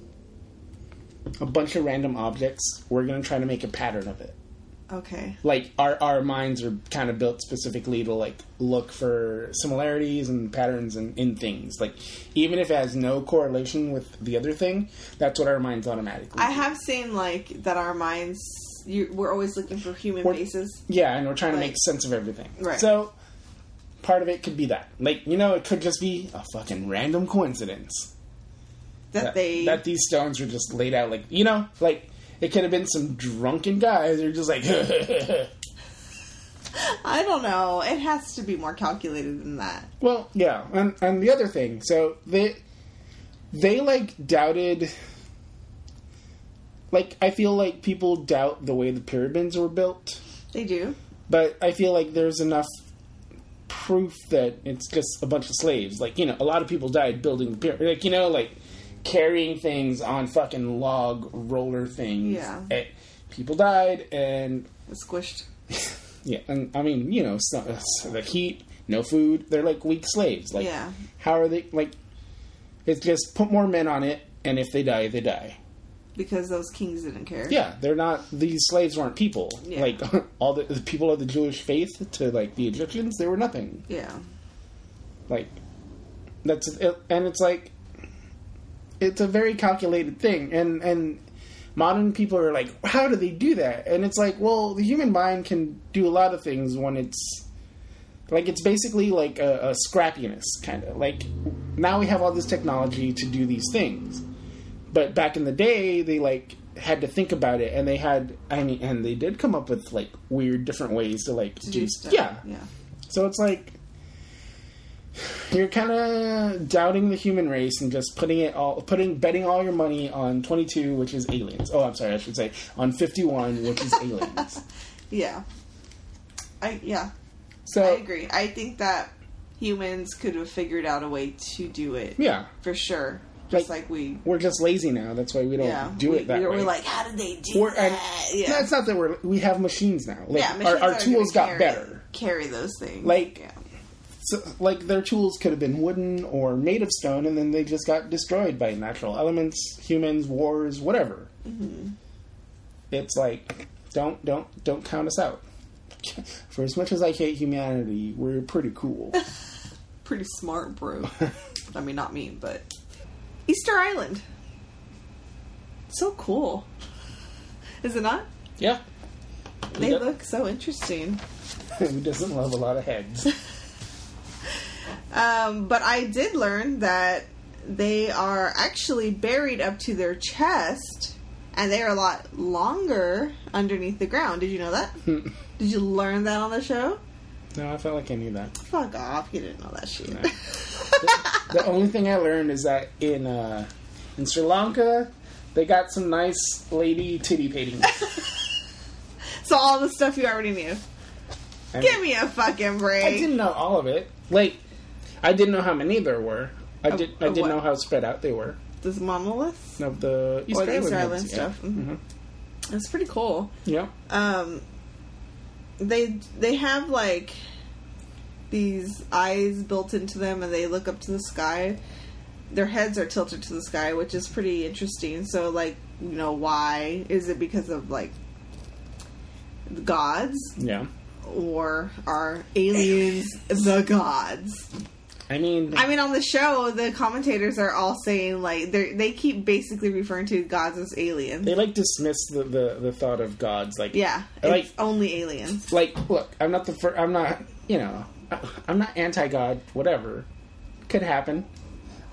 [SPEAKER 2] a bunch of random objects, we're gonna try to make a pattern of it.
[SPEAKER 1] Okay.
[SPEAKER 2] Like our our minds are kind of built specifically to like look for similarities and patterns in, in things. Like even if it has no correlation with the other thing, that's what our minds automatically.
[SPEAKER 1] I have seen like that our minds you, we're always looking for human
[SPEAKER 2] Or-
[SPEAKER 1] faces.
[SPEAKER 2] Yeah, and we're trying to
[SPEAKER 1] Like-
[SPEAKER 2] make sense of everything.
[SPEAKER 1] Right.
[SPEAKER 2] So part of it could be that. Like, you know, it could just be a fucking random coincidence.
[SPEAKER 1] That, they
[SPEAKER 2] that these stones were just laid out like you know, like it could have been some drunken guys who are just like
[SPEAKER 1] I don't know. It has to be more calculated than that.
[SPEAKER 2] Well, yeah, and and the other thing, so they they like doubted. Like I feel like people doubt the way the pyramids were built,
[SPEAKER 1] They do.
[SPEAKER 2] but I feel like there's enough proof that it's just a bunch of slaves. Like you know, a lot of people died building the pyramid. Like you know, like carrying things on fucking log roller things.
[SPEAKER 1] Yeah.
[SPEAKER 2] Eh, people died, and
[SPEAKER 1] It's squished.
[SPEAKER 2] yeah, and I mean, you know, so, so the heat, no food. They're like weak slaves. Like,
[SPEAKER 1] Yeah.
[SPEAKER 2] how are they? Like, it's just put more men on it, and if they die, they die.
[SPEAKER 1] Because those kings didn't care.
[SPEAKER 2] Yeah, they're not. These slaves weren't people.
[SPEAKER 1] Yeah.
[SPEAKER 2] Like all the, the people of the Jewish faith to like the Egyptians, they were nothing.
[SPEAKER 1] Yeah.
[SPEAKER 2] Like, that's and it's like, it's a very calculated thing, and and modern people are like, how do they do that? And it's like, well, the human mind can do a lot of things when it's like it's basically like a, a scrappiness kind of like now we have all this technology to do these things but back in the day they like had to think about it and they had i mean and they did come up with like weird different ways to like
[SPEAKER 1] To
[SPEAKER 2] do
[SPEAKER 1] do
[SPEAKER 2] stuff
[SPEAKER 1] stuff.
[SPEAKER 2] yeah
[SPEAKER 1] Yeah.
[SPEAKER 2] so it's like you're kind of doubting the human race and just putting it all, putting betting all your money on 22, which is aliens. Oh, I'm sorry, I should say on 51, which is aliens.
[SPEAKER 1] Yeah. I yeah.
[SPEAKER 2] So
[SPEAKER 1] I agree. I think that humans could have figured out a way to do it
[SPEAKER 2] yeah,
[SPEAKER 1] for sure. Just
[SPEAKER 2] Like-
[SPEAKER 1] like, we,
[SPEAKER 2] we're just lazy now. That's why we don't
[SPEAKER 1] yeah,
[SPEAKER 2] do
[SPEAKER 1] we,
[SPEAKER 2] it that
[SPEAKER 1] we,
[SPEAKER 2] way.
[SPEAKER 1] We're like, how did they do
[SPEAKER 2] We're- and-
[SPEAKER 1] that? Yeah,
[SPEAKER 2] No, it's not that we're we have machines now. Like,
[SPEAKER 1] yeah.
[SPEAKER 2] our,
[SPEAKER 1] machines
[SPEAKER 2] our
[SPEAKER 1] aren't
[SPEAKER 2] tools got
[SPEAKER 1] gonna carry-
[SPEAKER 2] better.
[SPEAKER 1] Carry those things.
[SPEAKER 2] Like-
[SPEAKER 1] yeah.
[SPEAKER 2] So, like their tools could have been wooden or made of stone, and then they just got destroyed by natural elements, humans, wars, whatever. Mm-hmm. It's like don't don't don't count us out. For as much as I hate humanity, we're pretty cool.
[SPEAKER 1] pretty smart, bro. I mean, not me, but Easter Island. So cool, is it not?
[SPEAKER 2] yeah,
[SPEAKER 1] They
[SPEAKER 2] Yep.
[SPEAKER 1] look so interesting.
[SPEAKER 2] who doesn't love a lot of heads?
[SPEAKER 1] Um, but I did learn that they are actually buried up to their chest, and they are a lot longer underneath the ground. Did you know that?
[SPEAKER 2] no,
[SPEAKER 1] Did you learn that on the show?
[SPEAKER 2] I felt like I knew that.
[SPEAKER 1] Fuck off! You didn't know that shit.
[SPEAKER 2] No. the, the only thing I learned is that in uh, in Sri Lanka, they got some nice lady titty paintings.
[SPEAKER 1] so all the stuff you already knew.
[SPEAKER 2] And-
[SPEAKER 1] Give me a fucking break.
[SPEAKER 2] I didn't know all of it. Like, I didn't know how many there were. I did. I
[SPEAKER 1] of
[SPEAKER 2] didn't
[SPEAKER 1] Oh, what?
[SPEAKER 2] know how spread out they were.
[SPEAKER 1] This monolith
[SPEAKER 2] Of the East
[SPEAKER 1] or the
[SPEAKER 2] Island,
[SPEAKER 1] Easter Island
[SPEAKER 2] ones, yeah.
[SPEAKER 1] stuff. Mhm.
[SPEAKER 2] Mhm.
[SPEAKER 1] It's pretty cool.
[SPEAKER 2] Yeah.
[SPEAKER 1] um they they have like these eyes built into them and they look up to the sky their heads are tilted to the sky which is pretty interesting so like you know why is it because of like the gods
[SPEAKER 2] Yeah.
[SPEAKER 1] or are aliens the gods
[SPEAKER 2] I mean,
[SPEAKER 1] i mean on the show the commentators are all saying like they they keep basically referring to gods as aliens
[SPEAKER 2] they like dismiss the, the the thought of gods. Like,
[SPEAKER 1] yeah it's
[SPEAKER 2] Like-
[SPEAKER 1] only aliens
[SPEAKER 2] Like, look, I'm not the first. I'm not. You know, I- I'm not anti-god. Whatever, could happen.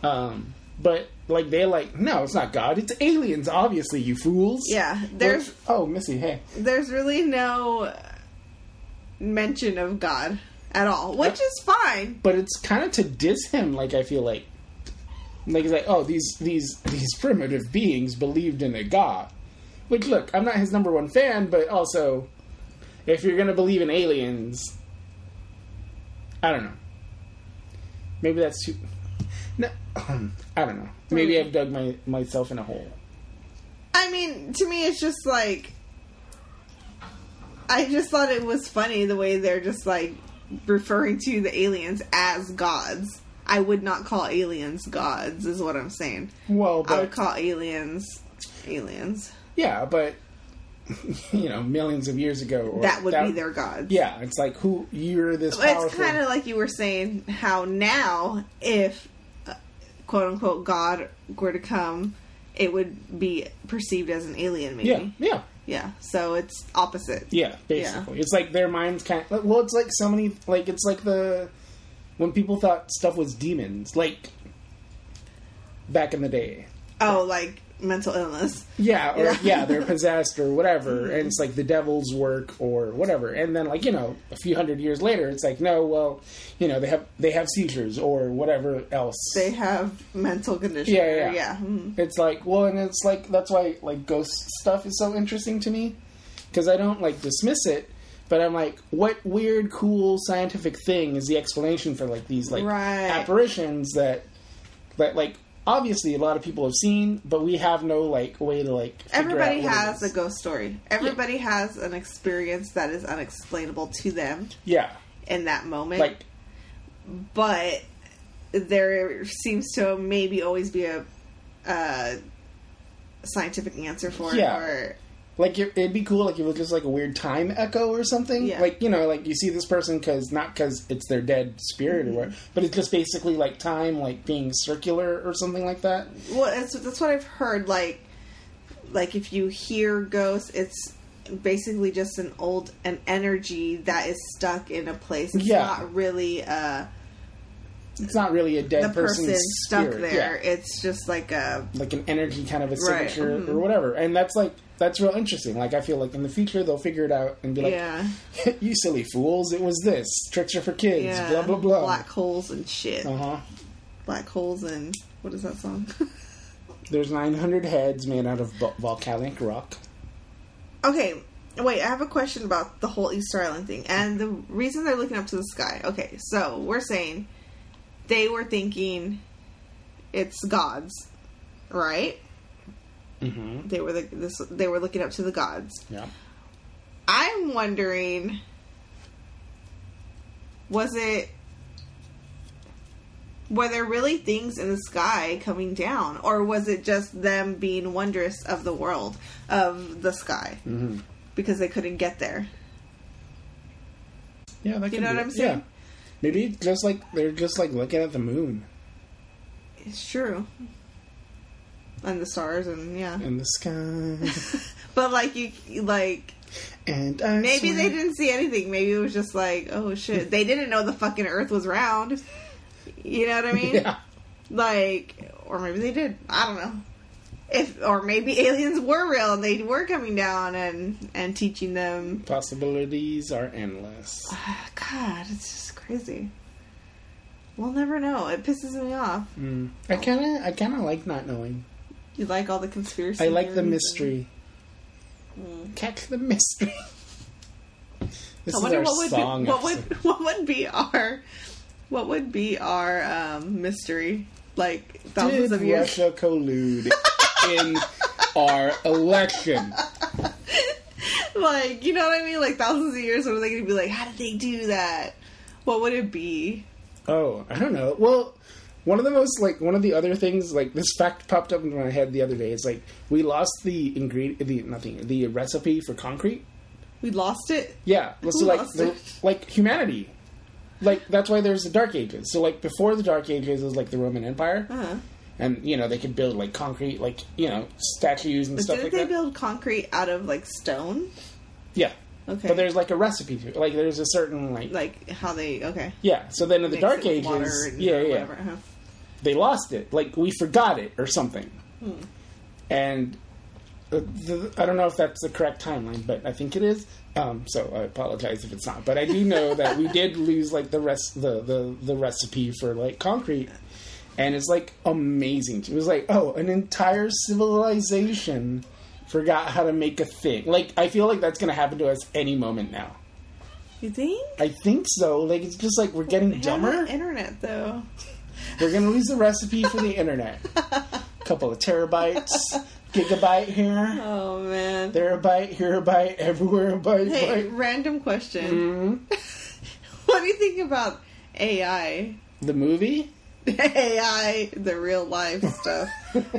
[SPEAKER 2] Um, but like they like no, it's not god. It's aliens. Obviously, you fools.
[SPEAKER 1] yeah there's
[SPEAKER 2] Which- oh Missy. Hey.
[SPEAKER 1] there's really no mention of God at all, which is fine.
[SPEAKER 2] but it's kind of to diss him. Like I feel like, like it's like, oh, these these these primitive beings believed in a god. Which look, I'm not his number one fan, but also, if you're gonna believe in aliens, I don't know. Maybe that's too. No, I don't know. Maybe I've dug my myself in a hole.
[SPEAKER 1] I mean, to me, it's just like I just thought it was funny the way they're just like referring to the aliens as gods. I would not call aliens gods, is what I'm saying.
[SPEAKER 2] Well,
[SPEAKER 1] I would
[SPEAKER 2] but
[SPEAKER 1] call aliens aliens.
[SPEAKER 2] yeah, but you know, millions of years ago, or
[SPEAKER 1] That would be their gods.
[SPEAKER 2] Yeah, it's like who you're this.
[SPEAKER 1] Well, It's
[SPEAKER 2] powerful-
[SPEAKER 1] kind of like you were saying how now, if uh, quote unquote God were to come, it would be perceived as an alien, maybe.
[SPEAKER 2] yeah, yeah.
[SPEAKER 1] Yeah, So it's opposite.
[SPEAKER 2] Yeah, basically. It's like their minds kind of. Well, it's like so many. Like, it's like the. When people thought stuff was demons, like. Back in the day.
[SPEAKER 1] Oh, like mental illness.
[SPEAKER 2] Yeah, or
[SPEAKER 1] Yeah.
[SPEAKER 2] yeah, they're possessed or whatever, and it's like the devil's work or whatever. And then like you know, a few hundred years later, it's like no, well, you know, they have they have seizures or whatever else.
[SPEAKER 1] They have mental conditions.
[SPEAKER 2] Yeah, yeah, yeah.
[SPEAKER 1] mhm.
[SPEAKER 2] it's like well, and it's like that's why like ghost stuff is so interesting to me because I don't like dismiss it, but I'm like, what weird, cool scientific thing is the explanation for like these like
[SPEAKER 1] Right.
[SPEAKER 2] apparitions that that like. Obviously, a lot of people have seen, but we have no like way to like. figure out
[SPEAKER 1] Everybody
[SPEAKER 2] what it
[SPEAKER 1] has
[SPEAKER 2] is.
[SPEAKER 1] a ghost story. Everybody has an experience that is unexplainable to them
[SPEAKER 2] yeah,
[SPEAKER 1] in that moment.
[SPEAKER 2] like
[SPEAKER 1] but there seems to maybe always be a uh, scientific answer for
[SPEAKER 2] Yeah.
[SPEAKER 1] it. Or,
[SPEAKER 2] Like it, it'd be cool, like if it was just like a weird time echo or something.
[SPEAKER 1] Yeah.
[SPEAKER 2] Like you know, like you see this person because not because it's their dead spirit
[SPEAKER 1] Mm-hmm.
[SPEAKER 2] or what, but it's just basically like time, like being circular or something like that.
[SPEAKER 1] well, that's, that's what I've heard. Like, like if you hear ghosts, it's basically just an old an energy that is stuck in a place. It's
[SPEAKER 2] Yeah.
[SPEAKER 1] not really uh,
[SPEAKER 2] It's not really a dead
[SPEAKER 1] the
[SPEAKER 2] person's
[SPEAKER 1] person stuck
[SPEAKER 2] spirit.
[SPEAKER 1] there.
[SPEAKER 2] Yeah.
[SPEAKER 1] It's just like a
[SPEAKER 2] Like an energy kind of a
[SPEAKER 1] Right,
[SPEAKER 2] signature
[SPEAKER 1] mhm.
[SPEAKER 2] or whatever, and that's like that's real interesting. Like I feel like in the future they'll figure it out and be like,
[SPEAKER 1] yeah,
[SPEAKER 2] "You silly fools! It was this tricks are for kids."
[SPEAKER 1] yeah,
[SPEAKER 2] Blah blah blah.
[SPEAKER 1] black holes and shit,
[SPEAKER 2] Uh huh.
[SPEAKER 1] black holes and what is that song?
[SPEAKER 2] There's 900 heads made out of vo- volcanic rock.
[SPEAKER 1] Okay, wait, I have a question about the whole Easter Island thing and the reason they're looking up to the sky. Okay, so we're saying they were thinking it's gods, right?
[SPEAKER 2] hmm
[SPEAKER 1] They were the, this, they were looking up to the gods.
[SPEAKER 2] Yeah.
[SPEAKER 1] I'm wondering was it were there really things in the sky coming down or was it just them being wondrous of the world of the sky
[SPEAKER 2] hmm
[SPEAKER 1] because they couldn't get there?
[SPEAKER 2] Yeah, that
[SPEAKER 1] You
[SPEAKER 2] could
[SPEAKER 1] know what
[SPEAKER 2] be it.
[SPEAKER 1] I'm saying?
[SPEAKER 2] Yeah. Maybe it's just like they're just like looking at the moon
[SPEAKER 1] It's true. And the stars and yeah.
[SPEAKER 2] and the sky,
[SPEAKER 1] But like you like
[SPEAKER 2] and I
[SPEAKER 1] maybe
[SPEAKER 2] swear-
[SPEAKER 1] they didn't see anything. Maybe it was just like, oh shit. They didn't know the fucking earth was round. You know what I mean?
[SPEAKER 2] Yeah,
[SPEAKER 1] Like or maybe they did. I don't know. If or maybe aliens were real and they were coming down and and teaching them
[SPEAKER 2] possibilities are endless.
[SPEAKER 1] God, it's just crazy. We'll never know. It pisses me off.
[SPEAKER 2] Mm. I kind of, I kind of like not knowing.
[SPEAKER 1] You like all the conspiracy.
[SPEAKER 2] I like
[SPEAKER 1] theories
[SPEAKER 2] the
[SPEAKER 1] and-
[SPEAKER 2] mystery. Catch the mystery. This
[SPEAKER 1] Hmm. I
[SPEAKER 2] is
[SPEAKER 1] wonder
[SPEAKER 2] our
[SPEAKER 1] what would
[SPEAKER 2] song.
[SPEAKER 1] be, what would
[SPEAKER 2] episode.
[SPEAKER 1] what would be our what would be our um, mystery like thousands
[SPEAKER 2] Did
[SPEAKER 1] of years?
[SPEAKER 2] Russia collude in our election?
[SPEAKER 1] Like you know what I mean? Like thousands of years. What are they going to be like? How did they do that? What would it be?
[SPEAKER 2] Oh, I don't know. Well, one of the most like one of the other things like this fact popped up into my head the other day is like we lost the ingredient, the nothing, the recipe for concrete.
[SPEAKER 1] We lost it.
[SPEAKER 2] Yeah, let's
[SPEAKER 1] Who
[SPEAKER 2] do, like
[SPEAKER 1] lost
[SPEAKER 2] the,
[SPEAKER 1] it?
[SPEAKER 2] like humanity. Like that's why there's the Dark Ages. So like before the Dark Ages was like the Roman Empire,
[SPEAKER 1] Uh-huh.
[SPEAKER 2] and you know they could build like concrete, like you know statues and
[SPEAKER 1] But
[SPEAKER 2] stuff
[SPEAKER 1] didn't
[SPEAKER 2] like
[SPEAKER 1] they
[SPEAKER 2] that.
[SPEAKER 1] build concrete out of like stone?
[SPEAKER 2] yeah,
[SPEAKER 1] Okay.
[SPEAKER 2] but there's like a recipe to it. Like there's a certain like,
[SPEAKER 1] like how they okay.
[SPEAKER 2] yeah. So then in the
[SPEAKER 1] Mix
[SPEAKER 2] Dark
[SPEAKER 1] it with water
[SPEAKER 2] Ages,
[SPEAKER 1] and
[SPEAKER 2] yeah, yeah,
[SPEAKER 1] whatever, huh?
[SPEAKER 2] they lost it. Like we forgot it or something. And the, the, I don't know if that's the correct timeline, but I think it is. Um, so I apologize if it's not. But I do know that we did lose like the rest the, the the recipe for like concrete. And it's like amazing. It was like, oh, an entire civilization forgot how to make a thing. Like I feel like that's gonna happen to us any moment now.
[SPEAKER 1] You think?
[SPEAKER 2] I think so. Like it's just like we're getting
[SPEAKER 1] How
[SPEAKER 2] dumber.
[SPEAKER 1] about internet though.
[SPEAKER 2] We're gonna lose the recipe for the internet. Couple of terabytes, gigabyte here,
[SPEAKER 1] Oh man.
[SPEAKER 2] terabyte here, a byte everywhere, a byte.
[SPEAKER 1] Hey,
[SPEAKER 2] byte.
[SPEAKER 1] random question.
[SPEAKER 2] Mhm.
[SPEAKER 1] What do you think about AI?
[SPEAKER 2] The movie?
[SPEAKER 1] AI, the real life stuff.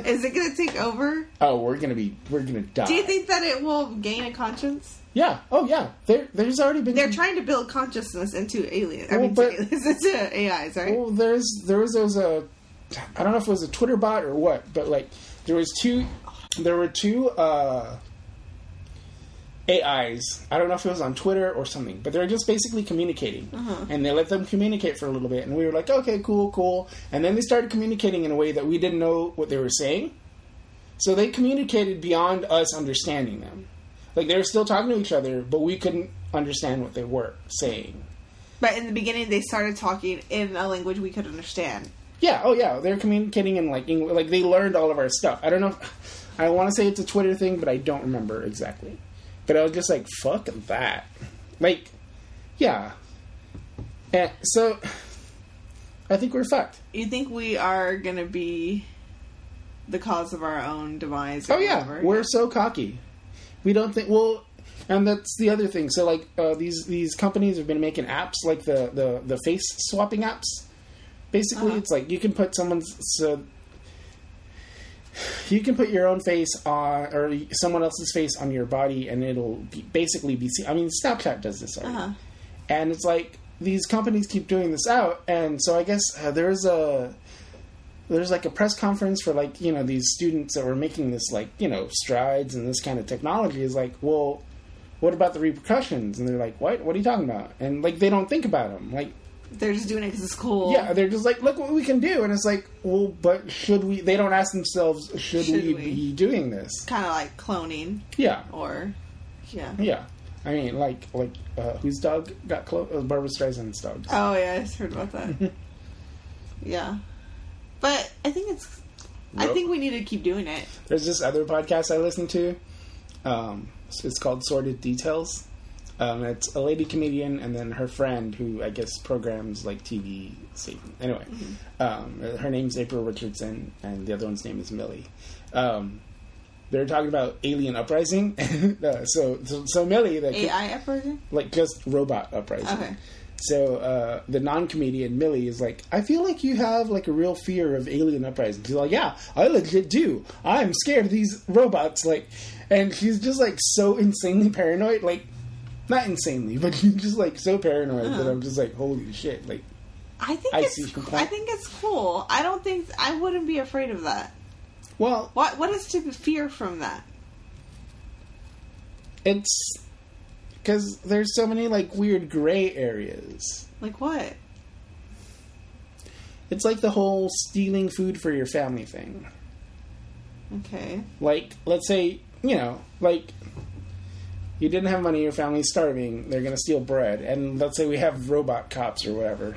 [SPEAKER 1] Is it going to take over?
[SPEAKER 2] Oh, we're gonna be, we're gonna die.
[SPEAKER 1] Do you think that it will gain a conscience?
[SPEAKER 2] Yeah. Oh, yeah. There, there's already been.
[SPEAKER 1] They're trying to build consciousness into aliens. I
[SPEAKER 2] Mm-hmm. Well,
[SPEAKER 1] mean, to
[SPEAKER 2] but-
[SPEAKER 1] aliens, into AIs, right?
[SPEAKER 2] Well, there's there was those uh, I don't know if it was a Twitter bot or what, but like there was two, there were two uh, AIs. I don't know if it was on Twitter or something, but they were just basically communicating, and they let them communicate for a little bit, and we were like, okay, cool, cool, and then they started communicating in a way that we didn't know what they were saying. So they communicated beyond us understanding them. Like they were still talking to each other, but we couldn't understand what they were saying.
[SPEAKER 1] But in the beginning, they started talking in a language we could understand.
[SPEAKER 2] Yeah, oh yeah, they're communicating in like English. Like they learned all of our stuff. I don't know. If, I want to say it's a Twitter thing, but I don't remember exactly. But I was just like, "Fuck that!" Like, yeah. And so, I think we're fucked.
[SPEAKER 1] You think we are gonna be the cause of our own demise? or
[SPEAKER 2] Oh yeah,
[SPEAKER 1] whatever?
[SPEAKER 2] we're so cocky. We don't think well, and that's the other thing. So like uh, these these companies have been making apps like the the the face swapping apps. Basically,
[SPEAKER 1] Uh-huh.
[SPEAKER 2] it's like you can put someone's so you can put your own face on or someone else's face on your body, and it'll be, basically be. seen. I mean, Snapchat does this already
[SPEAKER 1] Uh-huh.
[SPEAKER 2] and it's like these companies keep doing this out and so i guess uh, there's a there's like a press conference for like you know these students that were making this like you know strides and this kind of technology is like well what about the repercussions and they're like what what are you talking about and like they don't think about them like
[SPEAKER 1] They're just doing it because it's cool.
[SPEAKER 2] yeah they're just like look what we can do and it's like well but should we they don't ask themselves should,
[SPEAKER 1] Should
[SPEAKER 2] we,
[SPEAKER 1] we?
[SPEAKER 2] be doing this
[SPEAKER 1] Kind of like cloning,
[SPEAKER 2] yeah
[SPEAKER 1] or yeah.
[SPEAKER 2] yeah i mean like like uh, whose dog got close uh, barbara streisand's dog
[SPEAKER 1] Oh yeah, I just heard about that. yeah, but I think it's. I
[SPEAKER 2] Nope.
[SPEAKER 1] think we need to keep doing it.
[SPEAKER 2] There's this other podcast I listen to. Um, s- it's called Sorted Details. Um, it's a lady comedian and then her friend who I guess programs like TV. Scene. Anyway, um, her name's April Richardson and the other one's name is Millie. Um, they're talking about alien uprising. No, so, so, so Millie, the,
[SPEAKER 1] AI uprising.
[SPEAKER 2] like just robot uprising.
[SPEAKER 1] Okay.
[SPEAKER 2] So uh, the non-comedian Millie is like, I feel like you have like a real fear of alien uprising. She's like, Yeah, I legit do. I'm scared of these robots. Like, and she's just like so insanely paranoid. Like, not insanely, but she's just like so paranoid that I'm just like, Holy shit! Like,
[SPEAKER 1] I think
[SPEAKER 2] I
[SPEAKER 1] it's.
[SPEAKER 2] see your point.
[SPEAKER 1] I think it's cool. I don't think I wouldn't be afraid of that.
[SPEAKER 2] well,
[SPEAKER 1] What What is to fear from that?
[SPEAKER 2] it's because there's so many like weird gray areas.
[SPEAKER 1] Like what?
[SPEAKER 2] It's like the whole stealing food for your family thing.
[SPEAKER 1] Okay.
[SPEAKER 2] like let's say you know like you didn't have money your family's starving they're going to steal bread and let's say we have robot cops or whatever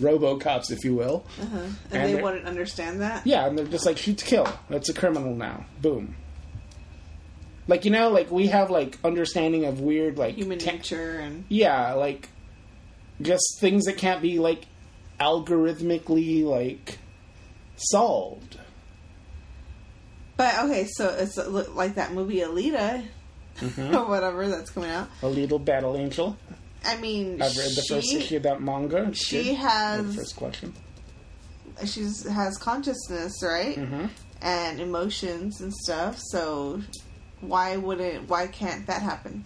[SPEAKER 2] robo cops if you will
[SPEAKER 1] Mm-hmm. Uh-huh. And,
[SPEAKER 2] And
[SPEAKER 1] they
[SPEAKER 2] it-
[SPEAKER 1] wouldn't understand that.
[SPEAKER 2] yeah and they're just like shoot to kill that's a criminal now boom like you know like we have like understanding of weird like
[SPEAKER 1] Human
[SPEAKER 2] te-
[SPEAKER 1] nature and
[SPEAKER 2] yeah like just things that can't be like algorithmically like solved
[SPEAKER 1] but okay, so it's li- like that movie Alita
[SPEAKER 2] Mm-hmm.
[SPEAKER 1] or whatever that's coming out.
[SPEAKER 2] a little battle angel
[SPEAKER 1] I mean,
[SPEAKER 2] i've read the first
[SPEAKER 1] she-
[SPEAKER 2] issue of that manga It's
[SPEAKER 1] she
[SPEAKER 2] good.
[SPEAKER 1] has-
[SPEAKER 2] the first question
[SPEAKER 1] she's has consciousness, right?
[SPEAKER 2] Mm-hmm.
[SPEAKER 1] And emotions and stuff. So why wouldn't why can't that happen?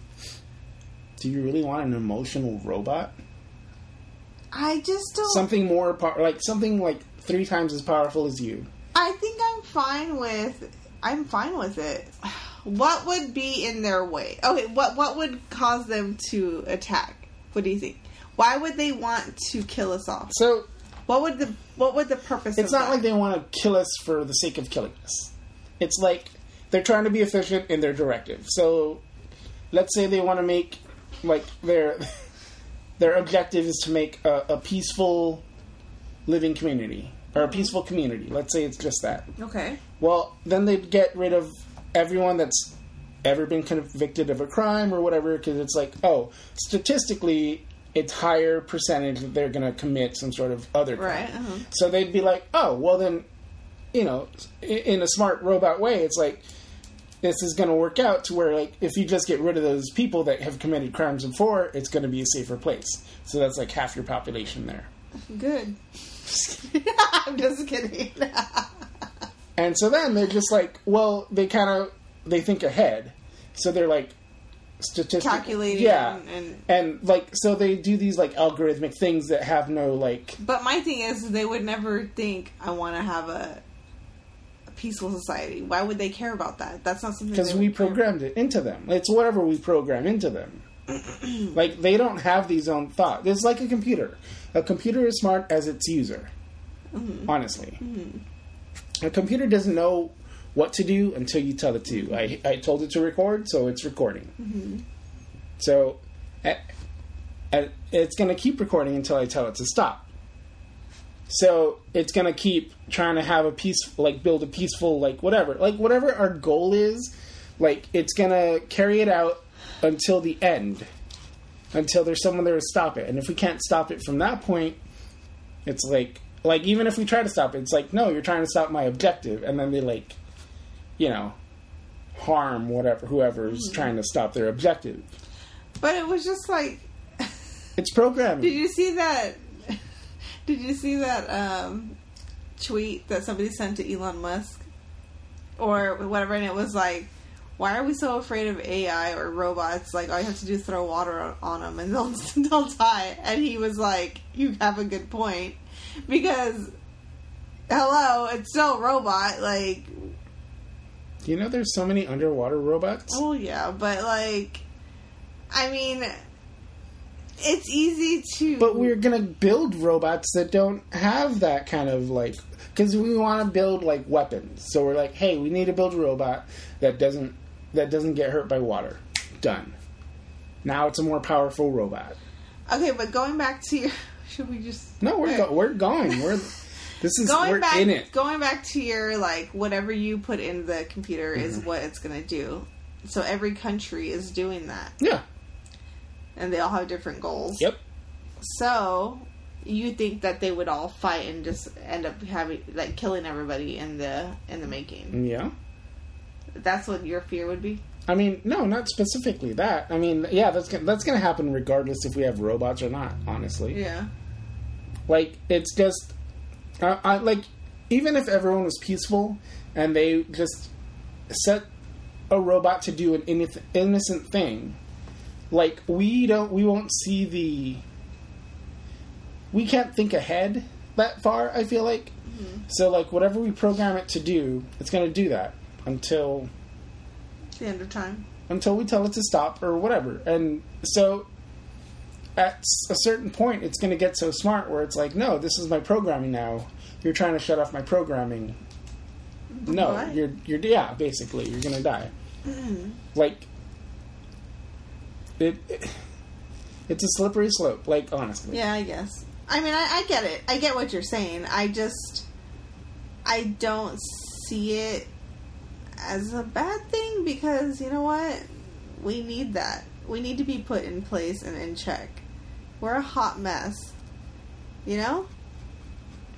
[SPEAKER 2] Do you really want an emotional robot?
[SPEAKER 1] I just don't
[SPEAKER 2] Oh. Something more power, like something like three times as powerful as you.
[SPEAKER 1] I think I'm fine with I'm fine with it. What would be in their way? Okay, what what would cause them to attack? What do you think? Why would they want to kill us off?
[SPEAKER 2] So
[SPEAKER 1] What would the what would the purpose?
[SPEAKER 2] it's
[SPEAKER 1] of
[SPEAKER 2] not
[SPEAKER 1] that?
[SPEAKER 2] like they want to kill us for the sake of killing us. It's like they're trying to be efficient in their directive. So let's say they want to make like their their objective is to make a, a peaceful living community or a peaceful community. Let's say it's just that.
[SPEAKER 1] okay.
[SPEAKER 2] Well, then they'd get rid of everyone that's ever been convicted of a crime or whatever, because it's like, oh, statistically, it's higher percentage that they're going to commit some sort of other crime.
[SPEAKER 1] Right, uh-huh.
[SPEAKER 2] So they'd be like, oh, well then, you know, i- in a smart robot way, it's like this is going to work out to where like if you just get rid of those people that have committed crimes before, it's going to be a safer place. So that's like half your population there.
[SPEAKER 1] Good. I'm just kidding.
[SPEAKER 2] And so then they're just like, well, they kind of they think ahead, so they're like statistic
[SPEAKER 1] Calculating
[SPEAKER 2] yeah,
[SPEAKER 1] and- and-
[SPEAKER 2] like so they do these like algorithmic things that have no like
[SPEAKER 1] but my thing is, they would never think I want to have a, a peaceful society. Why would they care about that? That's not something
[SPEAKER 2] because
[SPEAKER 1] they
[SPEAKER 2] we
[SPEAKER 1] would care-
[SPEAKER 2] programmed it into them. It's whatever we program into them. like they don't have these own thoughts. It's like a computer. A computer is smart as its user. Honestly, a computer doesn't know what to do until you tell it to. I, I told it to record, so it's recording. So a- a- it's going to keep recording until I tell it to stop. So it's going to keep trying to have a peace, like build a peaceful, like whatever, like whatever our goal is, like it's going to carry it out until the end, until there's someone there to stop it. And if we can't stop it from that point, it's like, like even if we try to stop it, it's like, no, you're trying to stop my objective. And then they like, you know, harm whatever, whoever's trying to stop their objective.
[SPEAKER 1] But it was just like,
[SPEAKER 2] It's programming.
[SPEAKER 1] did you see that? Did you see that um, tweet that somebody sent to Elon Musk or whatever? And it was like, why are we so afraid of AI or robots? Like, all you have to do is throw water on, on them and they'll they'll die. And he was like, you have a good point because hello, it's still a robot. Like,
[SPEAKER 2] You know, there's so many underwater robots.
[SPEAKER 1] Oh yeah, but like, I mean, it's easy to.
[SPEAKER 2] But we're gonna build robots that don't have that kind of like, because we want to build like weapons. So we're like, hey, we need to build a robot that doesn't that doesn't get hurt by water. Done. Now it's a more powerful robot.
[SPEAKER 1] okay, but going back to your, should we just
[SPEAKER 2] No, we're go- we're going. We're this is
[SPEAKER 1] going
[SPEAKER 2] we're
[SPEAKER 1] back
[SPEAKER 2] in it.
[SPEAKER 1] going back to your like whatever you put in the computer is
[SPEAKER 2] Mm-hmm.
[SPEAKER 1] what it's gonna do. So every country is doing that,
[SPEAKER 2] Yeah.
[SPEAKER 1] and they all have different goals.
[SPEAKER 2] Yep.
[SPEAKER 1] So you think that they would all fight and just end up having like killing everybody in the in the making?
[SPEAKER 2] Yeah. Mm.
[SPEAKER 1] That's what your fear would be.
[SPEAKER 2] I mean, no, not specifically that. I mean, yeah, that's gonna, that's gonna happen regardless if we have robots or not. Honestly.
[SPEAKER 1] Yeah.
[SPEAKER 2] Like it's just, I, I like even if everyone was peaceful and they just set a robot to do an inno- innocent thing, like we don't, we won't see the, we can't think ahead that far. I feel like so like whatever we program it to do, it's going to do that until
[SPEAKER 1] The end of time.
[SPEAKER 2] until we tell it to stop or whatever. And so at s- a certain point, it's going to get so smart where it's like, no, this is my programming now. You're trying to shut off my programming. No,
[SPEAKER 1] What?
[SPEAKER 2] you're you're yeah, basically, you're going to die.
[SPEAKER 1] Mm-hmm.
[SPEAKER 2] Like it, it- it's a slippery slope, like honestly.
[SPEAKER 1] Yeah, I guess. I mean, I, I get it. I get what you're saying. I just, I don't see it as a bad thing because you know what? We need that. We need to be put in place and in check. We're a hot mess. You know?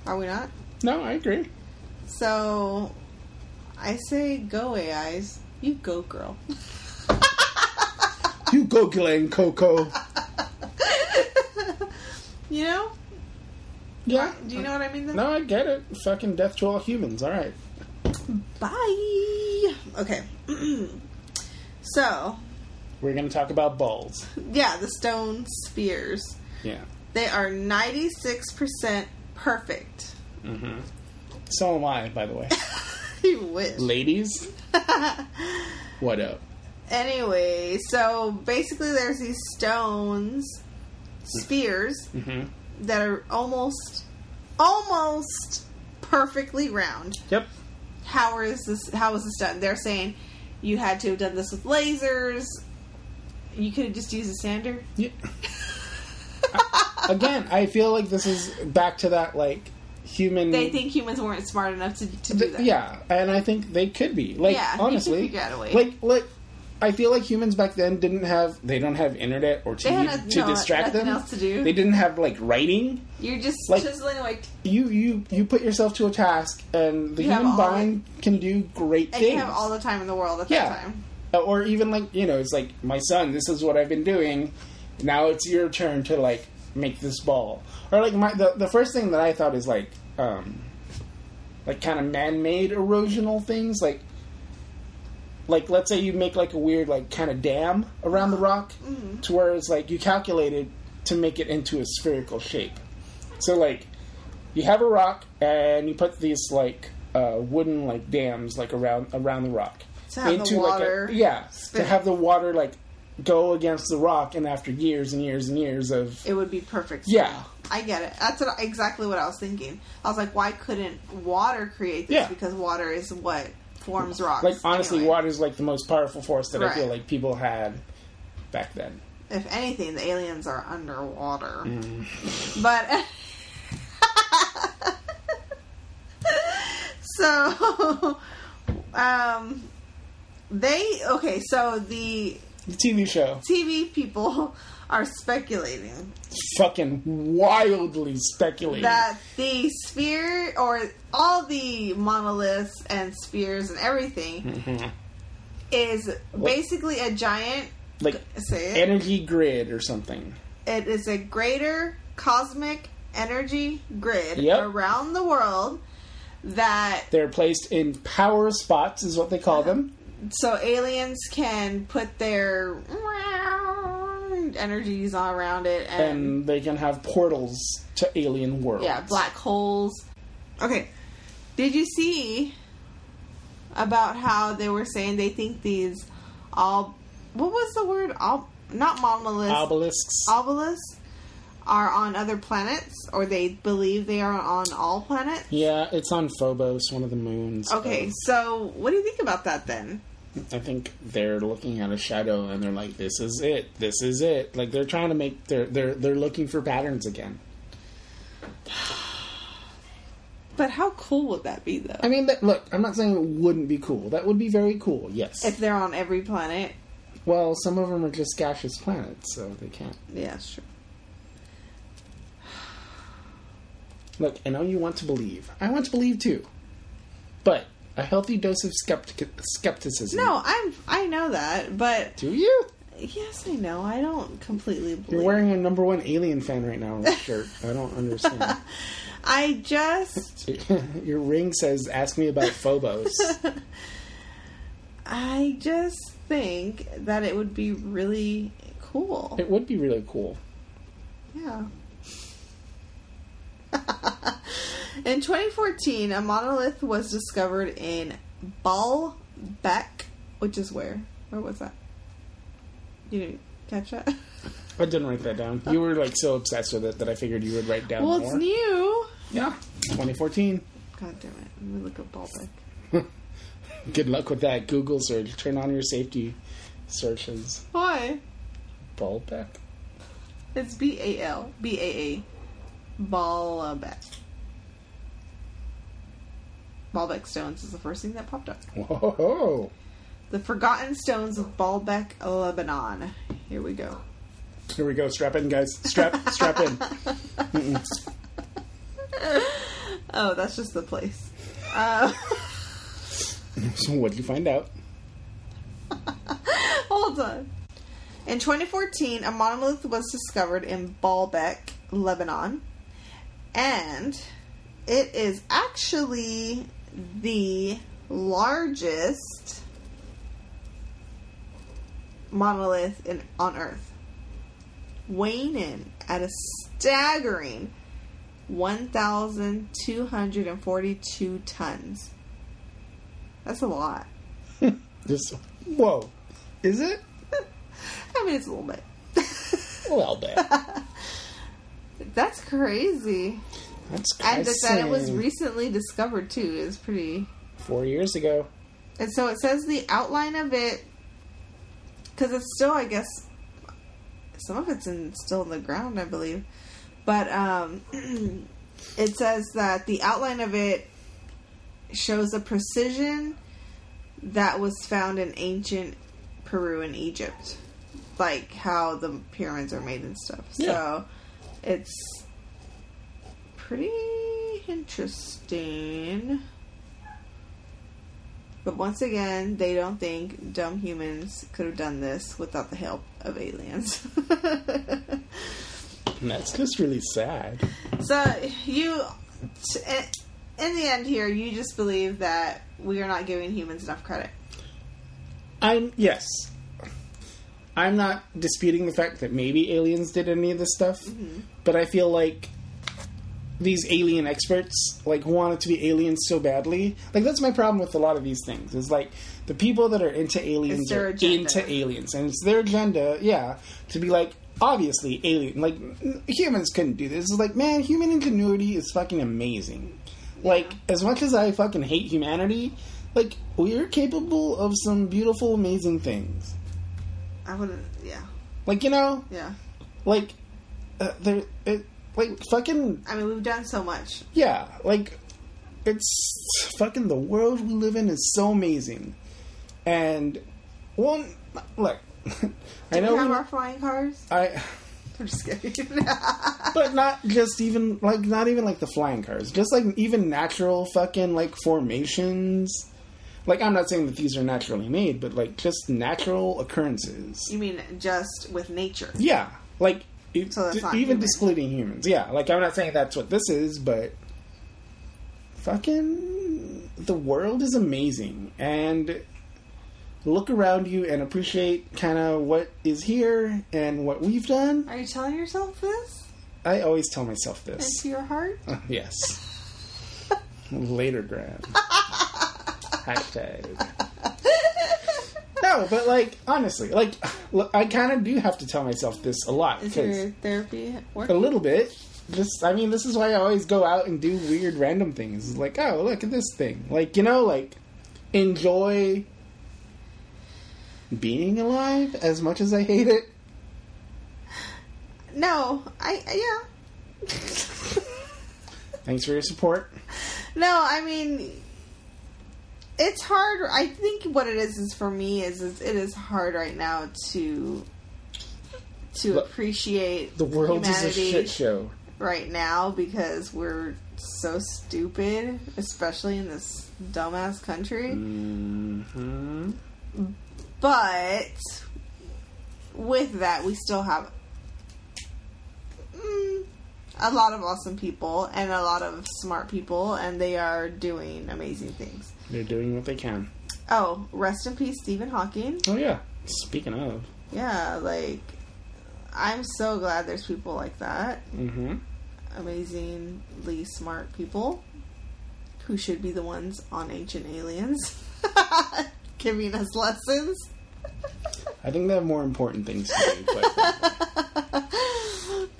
[SPEAKER 1] Are we not?
[SPEAKER 2] No, I agree.
[SPEAKER 1] So, I say go AIs. You go, girl.
[SPEAKER 2] You go, Glen Coco.
[SPEAKER 1] you know?
[SPEAKER 2] Yeah.
[SPEAKER 1] Do you know what I mean? Then?
[SPEAKER 2] No, I get it. Fucking death to all humans. All right.
[SPEAKER 1] Bye. Okay. so,
[SPEAKER 2] We're going to talk about balls.
[SPEAKER 1] yeah, the stone spheres.
[SPEAKER 2] Yeah.
[SPEAKER 1] They are 96% perfect.
[SPEAKER 2] hmm So am I, by the way.
[SPEAKER 1] you wish.
[SPEAKER 2] Ladies, what up?
[SPEAKER 1] anyway, so basically there's these stones, spheres,
[SPEAKER 2] Mm-hmm.
[SPEAKER 1] that are almost, almost perfectly round.
[SPEAKER 2] Yep.
[SPEAKER 1] how is this how is this done they're saying you had to have done this with lasers you could have just used a sander
[SPEAKER 2] Yeah. Again, I feel like this is back to that like human.
[SPEAKER 1] they think humans weren't smart enough to, to do
[SPEAKER 2] Th-
[SPEAKER 1] that
[SPEAKER 2] yeah, and I think they could be like
[SPEAKER 1] Yeah, you could
[SPEAKER 2] honestly,
[SPEAKER 1] figure out a way.
[SPEAKER 2] like like I feel like humans back then didn't have they don't have internet or
[SPEAKER 1] had
[SPEAKER 2] TV
[SPEAKER 1] no-
[SPEAKER 2] to distract
[SPEAKER 1] nothing
[SPEAKER 2] them.
[SPEAKER 1] else to do.
[SPEAKER 2] They didn't have like writing.
[SPEAKER 1] you're just
[SPEAKER 2] Like-
[SPEAKER 1] chiseling away
[SPEAKER 2] You you you put yourself to a task, and the
[SPEAKER 1] You have
[SPEAKER 2] human
[SPEAKER 1] all-
[SPEAKER 2] mind can do great
[SPEAKER 1] and
[SPEAKER 2] things.
[SPEAKER 1] you have all the time in the world at
[SPEAKER 2] Yeah.
[SPEAKER 1] that time
[SPEAKER 2] or even like you know it's like my son this is what i've been doing now it's your turn to like make this ball or like my the, the first thing that i thought is like um like kind of man-made erosional things like like let's say you make like a weird like kind of dam around the rock
[SPEAKER 1] Mm-hmm.
[SPEAKER 2] to where it's like you calculated to make it into a spherical shape so like you have a rock and you put these like uh, wooden like dams like around around the rock
[SPEAKER 1] To have the water
[SPEAKER 2] like a, yeah
[SPEAKER 1] spin.
[SPEAKER 2] to have the water like go against the rock and after years and years and years of
[SPEAKER 1] it would be perfect
[SPEAKER 2] yeah
[SPEAKER 1] i get it that's what, exactly what i was thinking i was like why couldn't water create this
[SPEAKER 2] Yeah.
[SPEAKER 1] because water is what forms rocks.
[SPEAKER 2] Like honestly,
[SPEAKER 1] anyway.
[SPEAKER 2] water's like the most powerful force that I feel
[SPEAKER 1] Right.
[SPEAKER 2] like people had back then.
[SPEAKER 1] If anything, the aliens are underwater.
[SPEAKER 2] Mm.
[SPEAKER 1] But so um they okay, so the
[SPEAKER 2] The TV show
[SPEAKER 1] TV people are speculating
[SPEAKER 2] fucking wildly speculated.
[SPEAKER 1] that the sphere or all the monoliths and spheres and everything is basically a giant
[SPEAKER 2] like
[SPEAKER 1] say it,
[SPEAKER 2] energy grid or something.
[SPEAKER 1] it is a greater cosmic energy grid
[SPEAKER 2] Yep.
[SPEAKER 1] around the world that
[SPEAKER 2] They're placed in power spots, is what they call them.
[SPEAKER 1] so aliens can put their energies all around it and
[SPEAKER 2] and they can have portals to alien worlds.
[SPEAKER 1] Yeah, black holes. Okay. Did you see about how they were saying they think these all what was the word? All not monoliths.
[SPEAKER 2] obelisks.
[SPEAKER 1] obelisks are on other planets or they believe they are on all planets?
[SPEAKER 2] yeah, it's on Phobos, one of the moons.
[SPEAKER 1] Okay, so what do you think about that then?
[SPEAKER 2] of- I think they're looking at a shadow and they're like, "This is it. This is it." Like they're trying to make they're they're they're looking for patterns again.
[SPEAKER 1] But how cool would that be though?
[SPEAKER 2] I mean, that, look, I'm not saying it wouldn't be cool. That would be very cool. Yes.
[SPEAKER 1] if they're on every planet.
[SPEAKER 2] well, some of them are just gaseous planets, so they can't.
[SPEAKER 1] Yeah, sure.
[SPEAKER 2] Look, I know you want to believe. I want to believe too. But a healthy dose of skeptic- skepticism.
[SPEAKER 1] No, I'm I know that, but
[SPEAKER 2] Do you?
[SPEAKER 1] yes, I know. I don't completely believe
[SPEAKER 2] You're wearing a number one alien fan right now on your shirt. I don't understand.
[SPEAKER 1] I just
[SPEAKER 2] your ring says, "Ask me about Phobos."
[SPEAKER 1] I just think that it would be really cool.
[SPEAKER 2] it would be really cool.
[SPEAKER 1] Yeah. in 2014, a monolith was discovered in Baalbek, which is where? Where was that? You didn't catch that?
[SPEAKER 2] I didn't write that down. You were like so obsessed with it that I figured you would write down
[SPEAKER 1] well,
[SPEAKER 2] more.
[SPEAKER 1] it's new.
[SPEAKER 2] Yeah, 2014.
[SPEAKER 1] God damn it. Let me look at Baalbek.
[SPEAKER 2] Good luck with that Google search. Turn on your safety searches.
[SPEAKER 1] Why?
[SPEAKER 2] Ballback.
[SPEAKER 1] It's B A L B A A Baalbek. Baalbek Stones is the first thing that popped up.
[SPEAKER 2] Whoa!
[SPEAKER 1] The Forgotten Stones of Baalbek, Lebanon. Here we go.
[SPEAKER 2] Here we go. Strap in, guys. Strap, strap in. Mm-mm.
[SPEAKER 1] Oh, that's just the place.
[SPEAKER 2] So what do you find out?
[SPEAKER 1] Hold on. In 2014, a monolith was discovered in Baalbek, Lebanon, and it is actually the largest monolith in, on Earth, weighing in at a staggering 1,242 tons. That's a lot.
[SPEAKER 2] This. Whoa. Is it?
[SPEAKER 1] I mean, it's a little bit.
[SPEAKER 2] A little bit.
[SPEAKER 1] That's crazy.
[SPEAKER 2] That's
[SPEAKER 1] And that, that it was
[SPEAKER 2] crazy.
[SPEAKER 1] recently discovered too is pretty.
[SPEAKER 2] four years ago.
[SPEAKER 1] And so it says the outline of it, because it's still, I guess, some of it's in still in the ground, I believe. But um, it says that the outline of it shows a precision that was found in ancient Peru and Egypt, like how the pyramids are made and stuff.
[SPEAKER 2] Yeah.
[SPEAKER 1] So it's pretty interesting. But once again, they don't think dumb humans could have done this without the help of aliens.
[SPEAKER 2] And that's just really sad.
[SPEAKER 1] so you, t- in the end, here you just believe that we are not giving humans enough credit.
[SPEAKER 2] I'm yes. I'm not disputing the fact that maybe aliens did any of this stuff,
[SPEAKER 1] Mm-hmm.
[SPEAKER 2] but I feel like these alien experts like want it to be aliens so badly. Like that's my problem with a lot of these things. Is like the people that are into aliens
[SPEAKER 1] their
[SPEAKER 2] are
[SPEAKER 1] agenda.
[SPEAKER 2] into aliens, and it's their agenda, yeah, to be like obviously alien. Like n- humans couldn't do this. It's like man, human ingenuity is fucking amazing. Like as much as I fucking hate humanity, Like we are capable of some beautiful, amazing things.
[SPEAKER 1] I wouldn't. Yeah,
[SPEAKER 2] Like you know,
[SPEAKER 1] yeah.
[SPEAKER 2] like uh, there, it, like fucking
[SPEAKER 1] I mean, we've done so much.
[SPEAKER 2] yeah, like it's fucking the world we live in is so amazing, and one look, I
[SPEAKER 1] Do
[SPEAKER 2] know
[SPEAKER 1] we have
[SPEAKER 2] we-
[SPEAKER 1] our flying cars?
[SPEAKER 2] I.
[SPEAKER 1] I'm just kidding.
[SPEAKER 2] but not just even like not even like the flying cars just like even natural fucking like formations like i'm not saying that these are naturally made but like just natural occurrences
[SPEAKER 1] you mean just with nature?
[SPEAKER 2] yeah like e-
[SPEAKER 1] So that's
[SPEAKER 2] d-
[SPEAKER 1] not
[SPEAKER 2] even
[SPEAKER 1] human.
[SPEAKER 2] discluding humans yeah like i'm not saying that's what this is but fucking the world is amazing and look around you and appreciate kind of what is here and what we've done
[SPEAKER 1] Are you telling yourself this
[SPEAKER 2] i always tell myself this
[SPEAKER 1] into your heart?
[SPEAKER 2] Yes. Later, Graham. Hashtag. No, but like honestly, like look, I kind of do have to tell myself this a lot
[SPEAKER 1] Is
[SPEAKER 2] 'cause
[SPEAKER 1] your therapy
[SPEAKER 2] a
[SPEAKER 1] working?
[SPEAKER 2] little bit. This, I mean, this is why I always go out and do weird, random things. Like, oh, look at this thing. Like, you know, like enjoy being alive as much as I hate it.
[SPEAKER 1] No, I yeah.
[SPEAKER 2] Thanks for your support.
[SPEAKER 1] No, I mean, it's hard. I think what it is is for me is, is it is hard right now to to
[SPEAKER 2] Look,
[SPEAKER 1] appreciate
[SPEAKER 2] The world is a
[SPEAKER 1] humanity
[SPEAKER 2] shit show.
[SPEAKER 1] right now because we're so stupid, especially in this dumbass country.
[SPEAKER 2] Mm-hmm.
[SPEAKER 1] But with that, we still have mm, a lot of awesome people and a lot of smart people, and they are doing amazing things.
[SPEAKER 2] They're doing what they can.
[SPEAKER 1] Oh, rest in peace, Stephen Hawking.
[SPEAKER 2] Oh yeah. Speaking of,
[SPEAKER 1] Yeah, like I'm so glad there's people like that,
[SPEAKER 2] mm-hmm.
[SPEAKER 1] amazingly smart people who should be the ones on Ancient Aliens giving us lessons.
[SPEAKER 2] I think they have more important things to do. But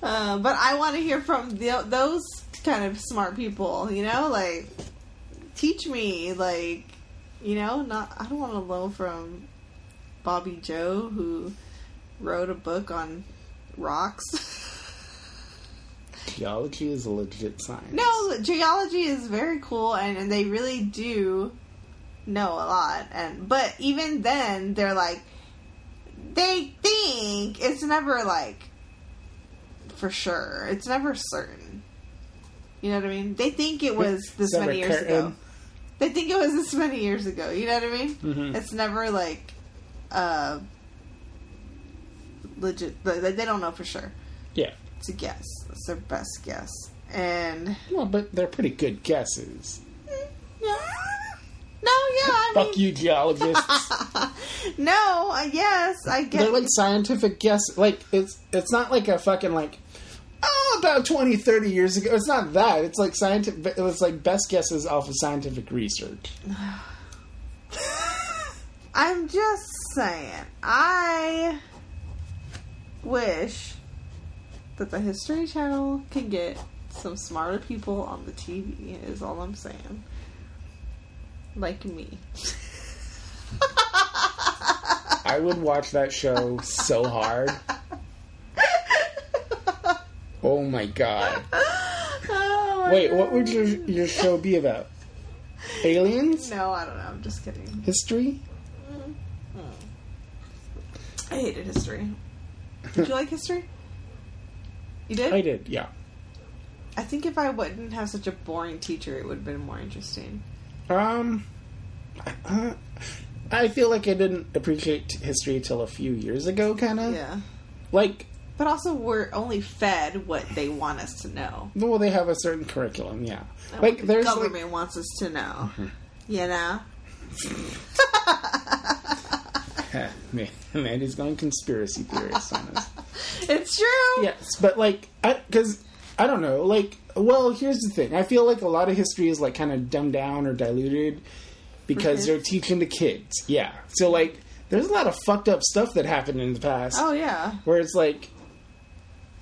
[SPEAKER 1] Uh, but I want to hear from the, those kind of smart people, you know, like teach me, like you know, not I don't want to learn from Bobby Joe who wrote a book on rocks.
[SPEAKER 2] geology is a legit science.
[SPEAKER 1] no, geology is very cool, and, and they really do know a lot. And but even then, they're like they think it's never like for sure. It's never certain. You know what I mean? They think it was this
[SPEAKER 2] never
[SPEAKER 1] many years ago.
[SPEAKER 2] certain.
[SPEAKER 1] They think it was this many years ago. You know what I mean?
[SPEAKER 2] Mhm.
[SPEAKER 1] It's never like uh legit. They they don't know for sure.
[SPEAKER 2] Yeah.
[SPEAKER 1] It's a guess. It's their best guess. And
[SPEAKER 2] Well, but they're pretty good guesses.
[SPEAKER 1] no, yeah, I mean,
[SPEAKER 2] Fuck you, geologists.
[SPEAKER 1] no, I yes, I
[SPEAKER 2] they're
[SPEAKER 1] get.
[SPEAKER 2] like scientific guess. Like it's it's not like a fucking like. Oh, about 20, 30 years ago. It's not that. It's like scientific. It's like best guesses off of scientific research.
[SPEAKER 1] I'm just saying, I wish that the History Channel can get some smarter people on the TV. Is all I'm saying. Like me.
[SPEAKER 2] I would watch that show so hard. Oh my god.
[SPEAKER 1] Oh my
[SPEAKER 2] Wait, what
[SPEAKER 1] God.
[SPEAKER 2] would your your show be about? Aliens?
[SPEAKER 1] No, I don't know. I'm just kidding.
[SPEAKER 2] History?
[SPEAKER 1] I hated history. Did you like history? You did?
[SPEAKER 2] I did, yeah.
[SPEAKER 1] I think if I wouldn't have such a boring teacher, it would have been more interesting.
[SPEAKER 2] Um, I, I feel like I didn't appreciate history till a few years ago, kind of.
[SPEAKER 1] Yeah.
[SPEAKER 2] Like,
[SPEAKER 1] But also, we're only fed what they want us to know.
[SPEAKER 2] well, they have a certain curriculum, yeah.
[SPEAKER 1] And what
[SPEAKER 2] Like,
[SPEAKER 1] the
[SPEAKER 2] there's
[SPEAKER 1] government
[SPEAKER 2] like,
[SPEAKER 1] wants us to know.
[SPEAKER 2] Mm-hmm.
[SPEAKER 1] You know?
[SPEAKER 2] Eh, man, man, he's going conspiracy theorist on us.
[SPEAKER 1] It's true.
[SPEAKER 2] Yes, but like, because I, don't know, like, well, here's the thing. I feel like a lot of history is like kind of dumbed down or diluted because
[SPEAKER 1] kids?
[SPEAKER 2] they're teaching the kids. Yeah, so like, there's a lot of fucked up stuff that happened in the past
[SPEAKER 1] Oh yeah.
[SPEAKER 2] where it's like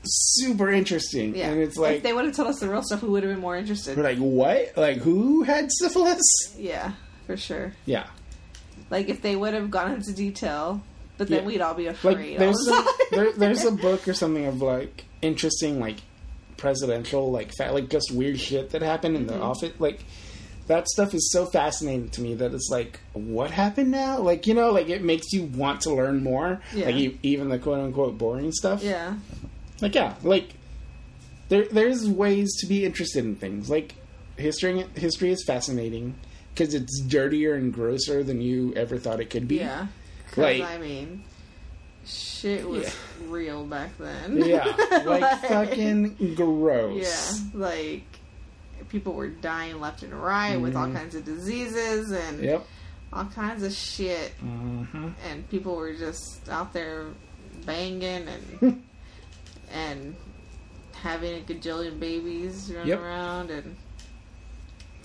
[SPEAKER 2] super interesting,
[SPEAKER 1] Yeah.
[SPEAKER 2] and it's like
[SPEAKER 1] if they would have told us the real stuff, we would have been more interested.
[SPEAKER 2] we're like, what? Like, who had syphilis?
[SPEAKER 1] Yeah. for sure.
[SPEAKER 2] Yeah.
[SPEAKER 1] Like if they would have gone into detail, but then
[SPEAKER 2] Yeah.
[SPEAKER 1] we'd all be
[SPEAKER 2] Like
[SPEAKER 1] afraid. all
[SPEAKER 2] there's
[SPEAKER 1] the
[SPEAKER 2] a,
[SPEAKER 1] time.
[SPEAKER 2] there, there's a book or something of like interesting like presidential like fa- like just weird shit that happened in
[SPEAKER 1] Mm-hmm.
[SPEAKER 2] the office like that stuff is so fascinating to me that it's like what happened now like you know like it makes you want to learn more
[SPEAKER 1] Yeah.
[SPEAKER 2] like e- even the quote unquote boring stuff
[SPEAKER 1] yeah,
[SPEAKER 2] like yeah like there there's ways to be interested in things like history history is fascinating because it's dirtier and grosser than you ever thought it could be
[SPEAKER 1] yeah. 'Cause,
[SPEAKER 2] Like-
[SPEAKER 1] I mean, shit was
[SPEAKER 2] Yeah.
[SPEAKER 1] real back then.
[SPEAKER 2] yeah like fucking
[SPEAKER 1] Yeah,
[SPEAKER 2] gross
[SPEAKER 1] like people were dying left and right with all kinds of diseases and
[SPEAKER 2] Mm-hmm. yep
[SPEAKER 1] all kinds of shit,
[SPEAKER 2] hmm
[SPEAKER 1] and people were just out there banging
[SPEAKER 2] Hmm.
[SPEAKER 1] and and having a gajillion babies running
[SPEAKER 2] Yep.
[SPEAKER 1] around and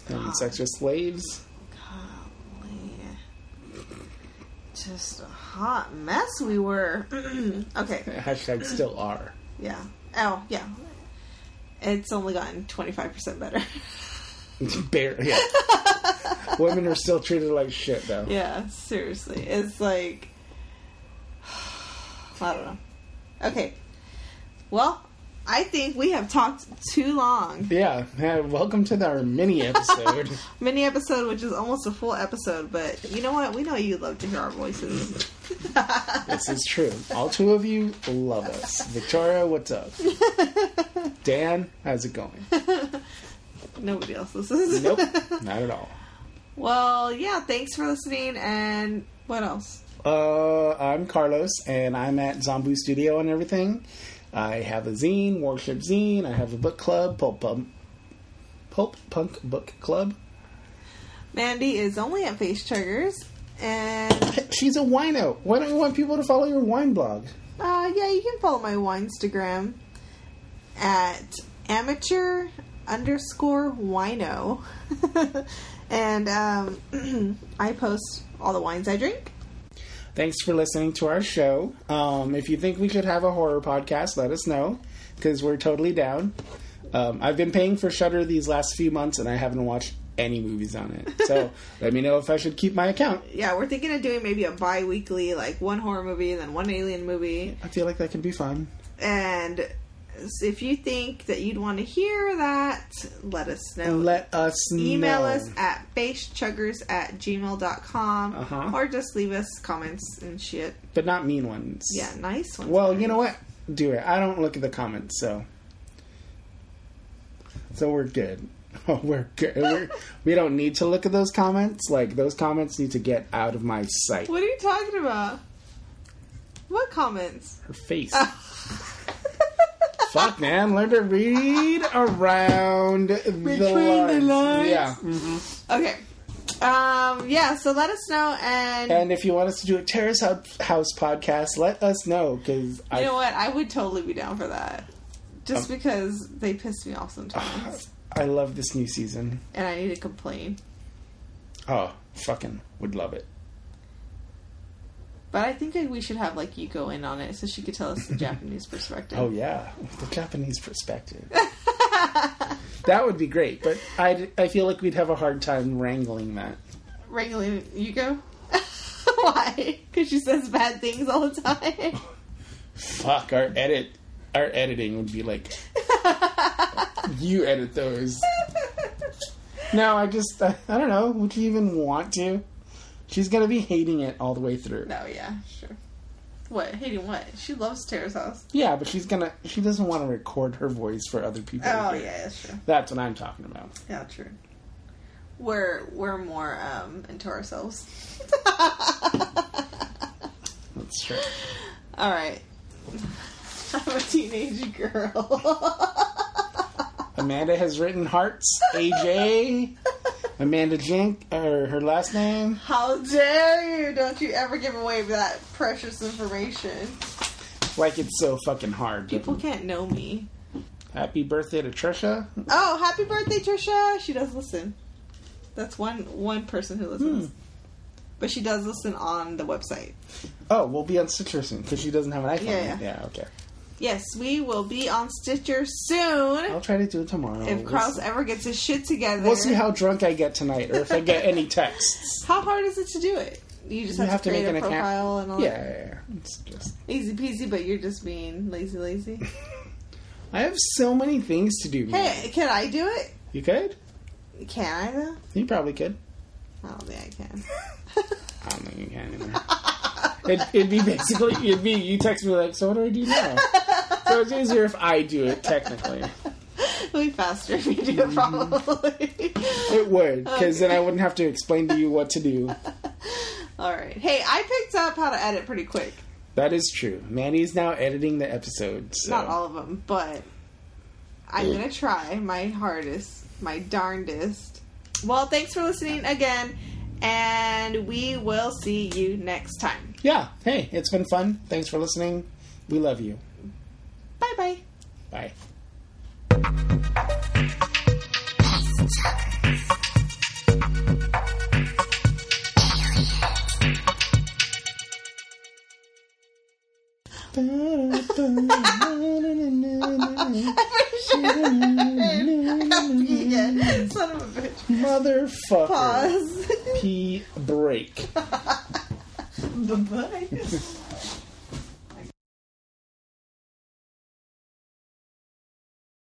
[SPEAKER 2] and sex with slaves
[SPEAKER 1] golly, just a hot mess we were. okay,
[SPEAKER 2] hashtag still are
[SPEAKER 1] yeah. Oh, yeah. It's only gotten twenty five percent better.
[SPEAKER 2] Bare, yeah. women are still treated like shit though
[SPEAKER 1] Yeah, seriously. It's like I don't know. Okay. Well, I think we have talked too long.
[SPEAKER 2] yeah, yeah welcome to our mini episode
[SPEAKER 1] Mini episode, which is almost a full episode, but you know what? We know you love to hear our voices.
[SPEAKER 2] This is true. All two of you love us. Victoria, what's up? Dan, how's it going?
[SPEAKER 1] Nobody else listens.
[SPEAKER 2] Nope, not at all.
[SPEAKER 1] well, yeah. Thanks for listening. And what else?
[SPEAKER 2] Uh, I'm Carlos, and I'm at Zombu Studio and everything. I have a zine, Worship Zine. I have a book club, Pulp Pump, Pulp Punk Book Club.
[SPEAKER 1] Mandy is only at Face Triggers, and
[SPEAKER 2] She's a wino. Why don't you want people to follow your wine blog?
[SPEAKER 1] Uh, yeah, you can follow my Instagram at amateur underscore wino. and um, I post all the wines I drink.
[SPEAKER 2] Thanks for listening to our show. Um, if you think we should have a horror podcast, let us know because we're totally down. Um, I've been paying for Shutter these last few months, and I haven't watched any movies on it. So let me know if I should keep my account.
[SPEAKER 1] Yeah, we're thinking of doing maybe a bi weekly, like one horror movie, then one alien movie.
[SPEAKER 2] I feel like that could be fun.
[SPEAKER 1] And if you think that you'd want to hear that, let us know.
[SPEAKER 2] Let us
[SPEAKER 1] Email
[SPEAKER 2] know.
[SPEAKER 1] us at facechuggers at gmail.com
[SPEAKER 2] Uh-huh.
[SPEAKER 1] or just leave us comments and shit.
[SPEAKER 2] but not mean ones.
[SPEAKER 1] Yeah, nice one.
[SPEAKER 2] Well, you know what? Do it. I don't look at the comments, so so we're good. Oh, we're good. We're, we don't need to look at those comments. Like those comments need to get out of my sight.
[SPEAKER 1] What are you talking about? What comments?
[SPEAKER 2] Her face.
[SPEAKER 1] Ah.
[SPEAKER 2] Fuck, man. Learn to read around the lines.
[SPEAKER 1] the lines.
[SPEAKER 2] Yeah.
[SPEAKER 1] Okay. Um, yeah, so let us know and,
[SPEAKER 2] And if you want us to do a Terrace Hou- House podcast, let us know because
[SPEAKER 1] you know
[SPEAKER 2] I, Um,
[SPEAKER 1] what? I would totally be down for that. Just because they piss me off sometimes
[SPEAKER 2] I love this new season.
[SPEAKER 1] and I need to complain.
[SPEAKER 2] Oh, fucking would love it.
[SPEAKER 1] But I think that we should have like Yuko in on it so she could tell us the Japanese perspective.
[SPEAKER 2] Oh, yeah. The Japanese perspective. that would be great, but I, I feel like we'd have a hard time wrangling that.
[SPEAKER 1] Regular Yuko? Why? Because she says bad things all the time.
[SPEAKER 2] Fuck, our edit. Our editing would be like. you edit those. No, I just I, I don't know. Would you even want to? She's gonna be hating it all the way through.
[SPEAKER 1] no, yeah, sure. What? Hating what? She loves Tara's house.
[SPEAKER 2] Yeah, but she's gonna. She doesn't want to record her voice for other people. to
[SPEAKER 1] Oh,
[SPEAKER 2] hear.
[SPEAKER 1] yeah, that's true.
[SPEAKER 2] That's what I'm talking about.
[SPEAKER 1] Yeah, true. We're we're more um into ourselves.
[SPEAKER 2] That's true.
[SPEAKER 1] All right. I'm a teenage girl.
[SPEAKER 2] Amanda has written hearts. AJ. Amanda Jink, or her last name.
[SPEAKER 1] How dare you? Don't you ever give away that precious information.
[SPEAKER 2] Like it's so fucking hard.
[SPEAKER 1] People can't know me.
[SPEAKER 2] Happy birthday to Trisha.
[SPEAKER 1] Oh, happy birthday, Trisha. She does listen. That's one one person who listens. But she does listen on the website.
[SPEAKER 2] Oh, we'll be on Stitcher soon because she doesn't have an iPhone.
[SPEAKER 1] Yeah, yeah.
[SPEAKER 2] yeah okay.
[SPEAKER 1] Yes, we will be on Stitcher soon.
[SPEAKER 2] I'll try to do it tomorrow.
[SPEAKER 1] if
[SPEAKER 2] We'll
[SPEAKER 1] Kraus
[SPEAKER 2] see-
[SPEAKER 1] ever gets his shit together,
[SPEAKER 2] Oh, We'll see how drunk I get tonight, or if I get any texts.
[SPEAKER 1] How hard is it to do it? You just
[SPEAKER 2] You
[SPEAKER 1] have,
[SPEAKER 2] have
[SPEAKER 1] to
[SPEAKER 2] to
[SPEAKER 1] create
[SPEAKER 2] make
[SPEAKER 1] a
[SPEAKER 2] an account.
[SPEAKER 1] profile and all.
[SPEAKER 2] Yeah,
[SPEAKER 1] that.
[SPEAKER 2] yeah, yeah. It's just
[SPEAKER 1] easy peasy. But you're just being lazy, lazy.
[SPEAKER 2] I have so many things to do. man.
[SPEAKER 1] hey, can I do it?
[SPEAKER 2] You could.
[SPEAKER 1] Can I? Though?
[SPEAKER 2] You probably could.
[SPEAKER 1] I don't think I can.
[SPEAKER 2] I don't think you can anymore. It, it'd be basically it'd be you text me like, so what do I do now? So it's easier if I do it technically.
[SPEAKER 1] It'll be faster if you do it, probably.
[SPEAKER 2] It would because then I wouldn't have to explain to you what to do.
[SPEAKER 1] all right. Hey, I picked up how to edit pretty quick.
[SPEAKER 2] That is true. Manny's now editing the episode. So.
[SPEAKER 1] Not all of them, but I'm gonna try my hardest, my darndest. Well, thanks for listening again, and we will see you next time.
[SPEAKER 2] Yeah. Hey, it's been fun. Thanks for listening. We love you.
[SPEAKER 1] Bye bye.
[SPEAKER 2] Bye.
[SPEAKER 1] Yeah, son of a bitch.
[SPEAKER 2] Motherfucker.
[SPEAKER 1] Pause.
[SPEAKER 2] Pee break.
[SPEAKER 1] bye bye.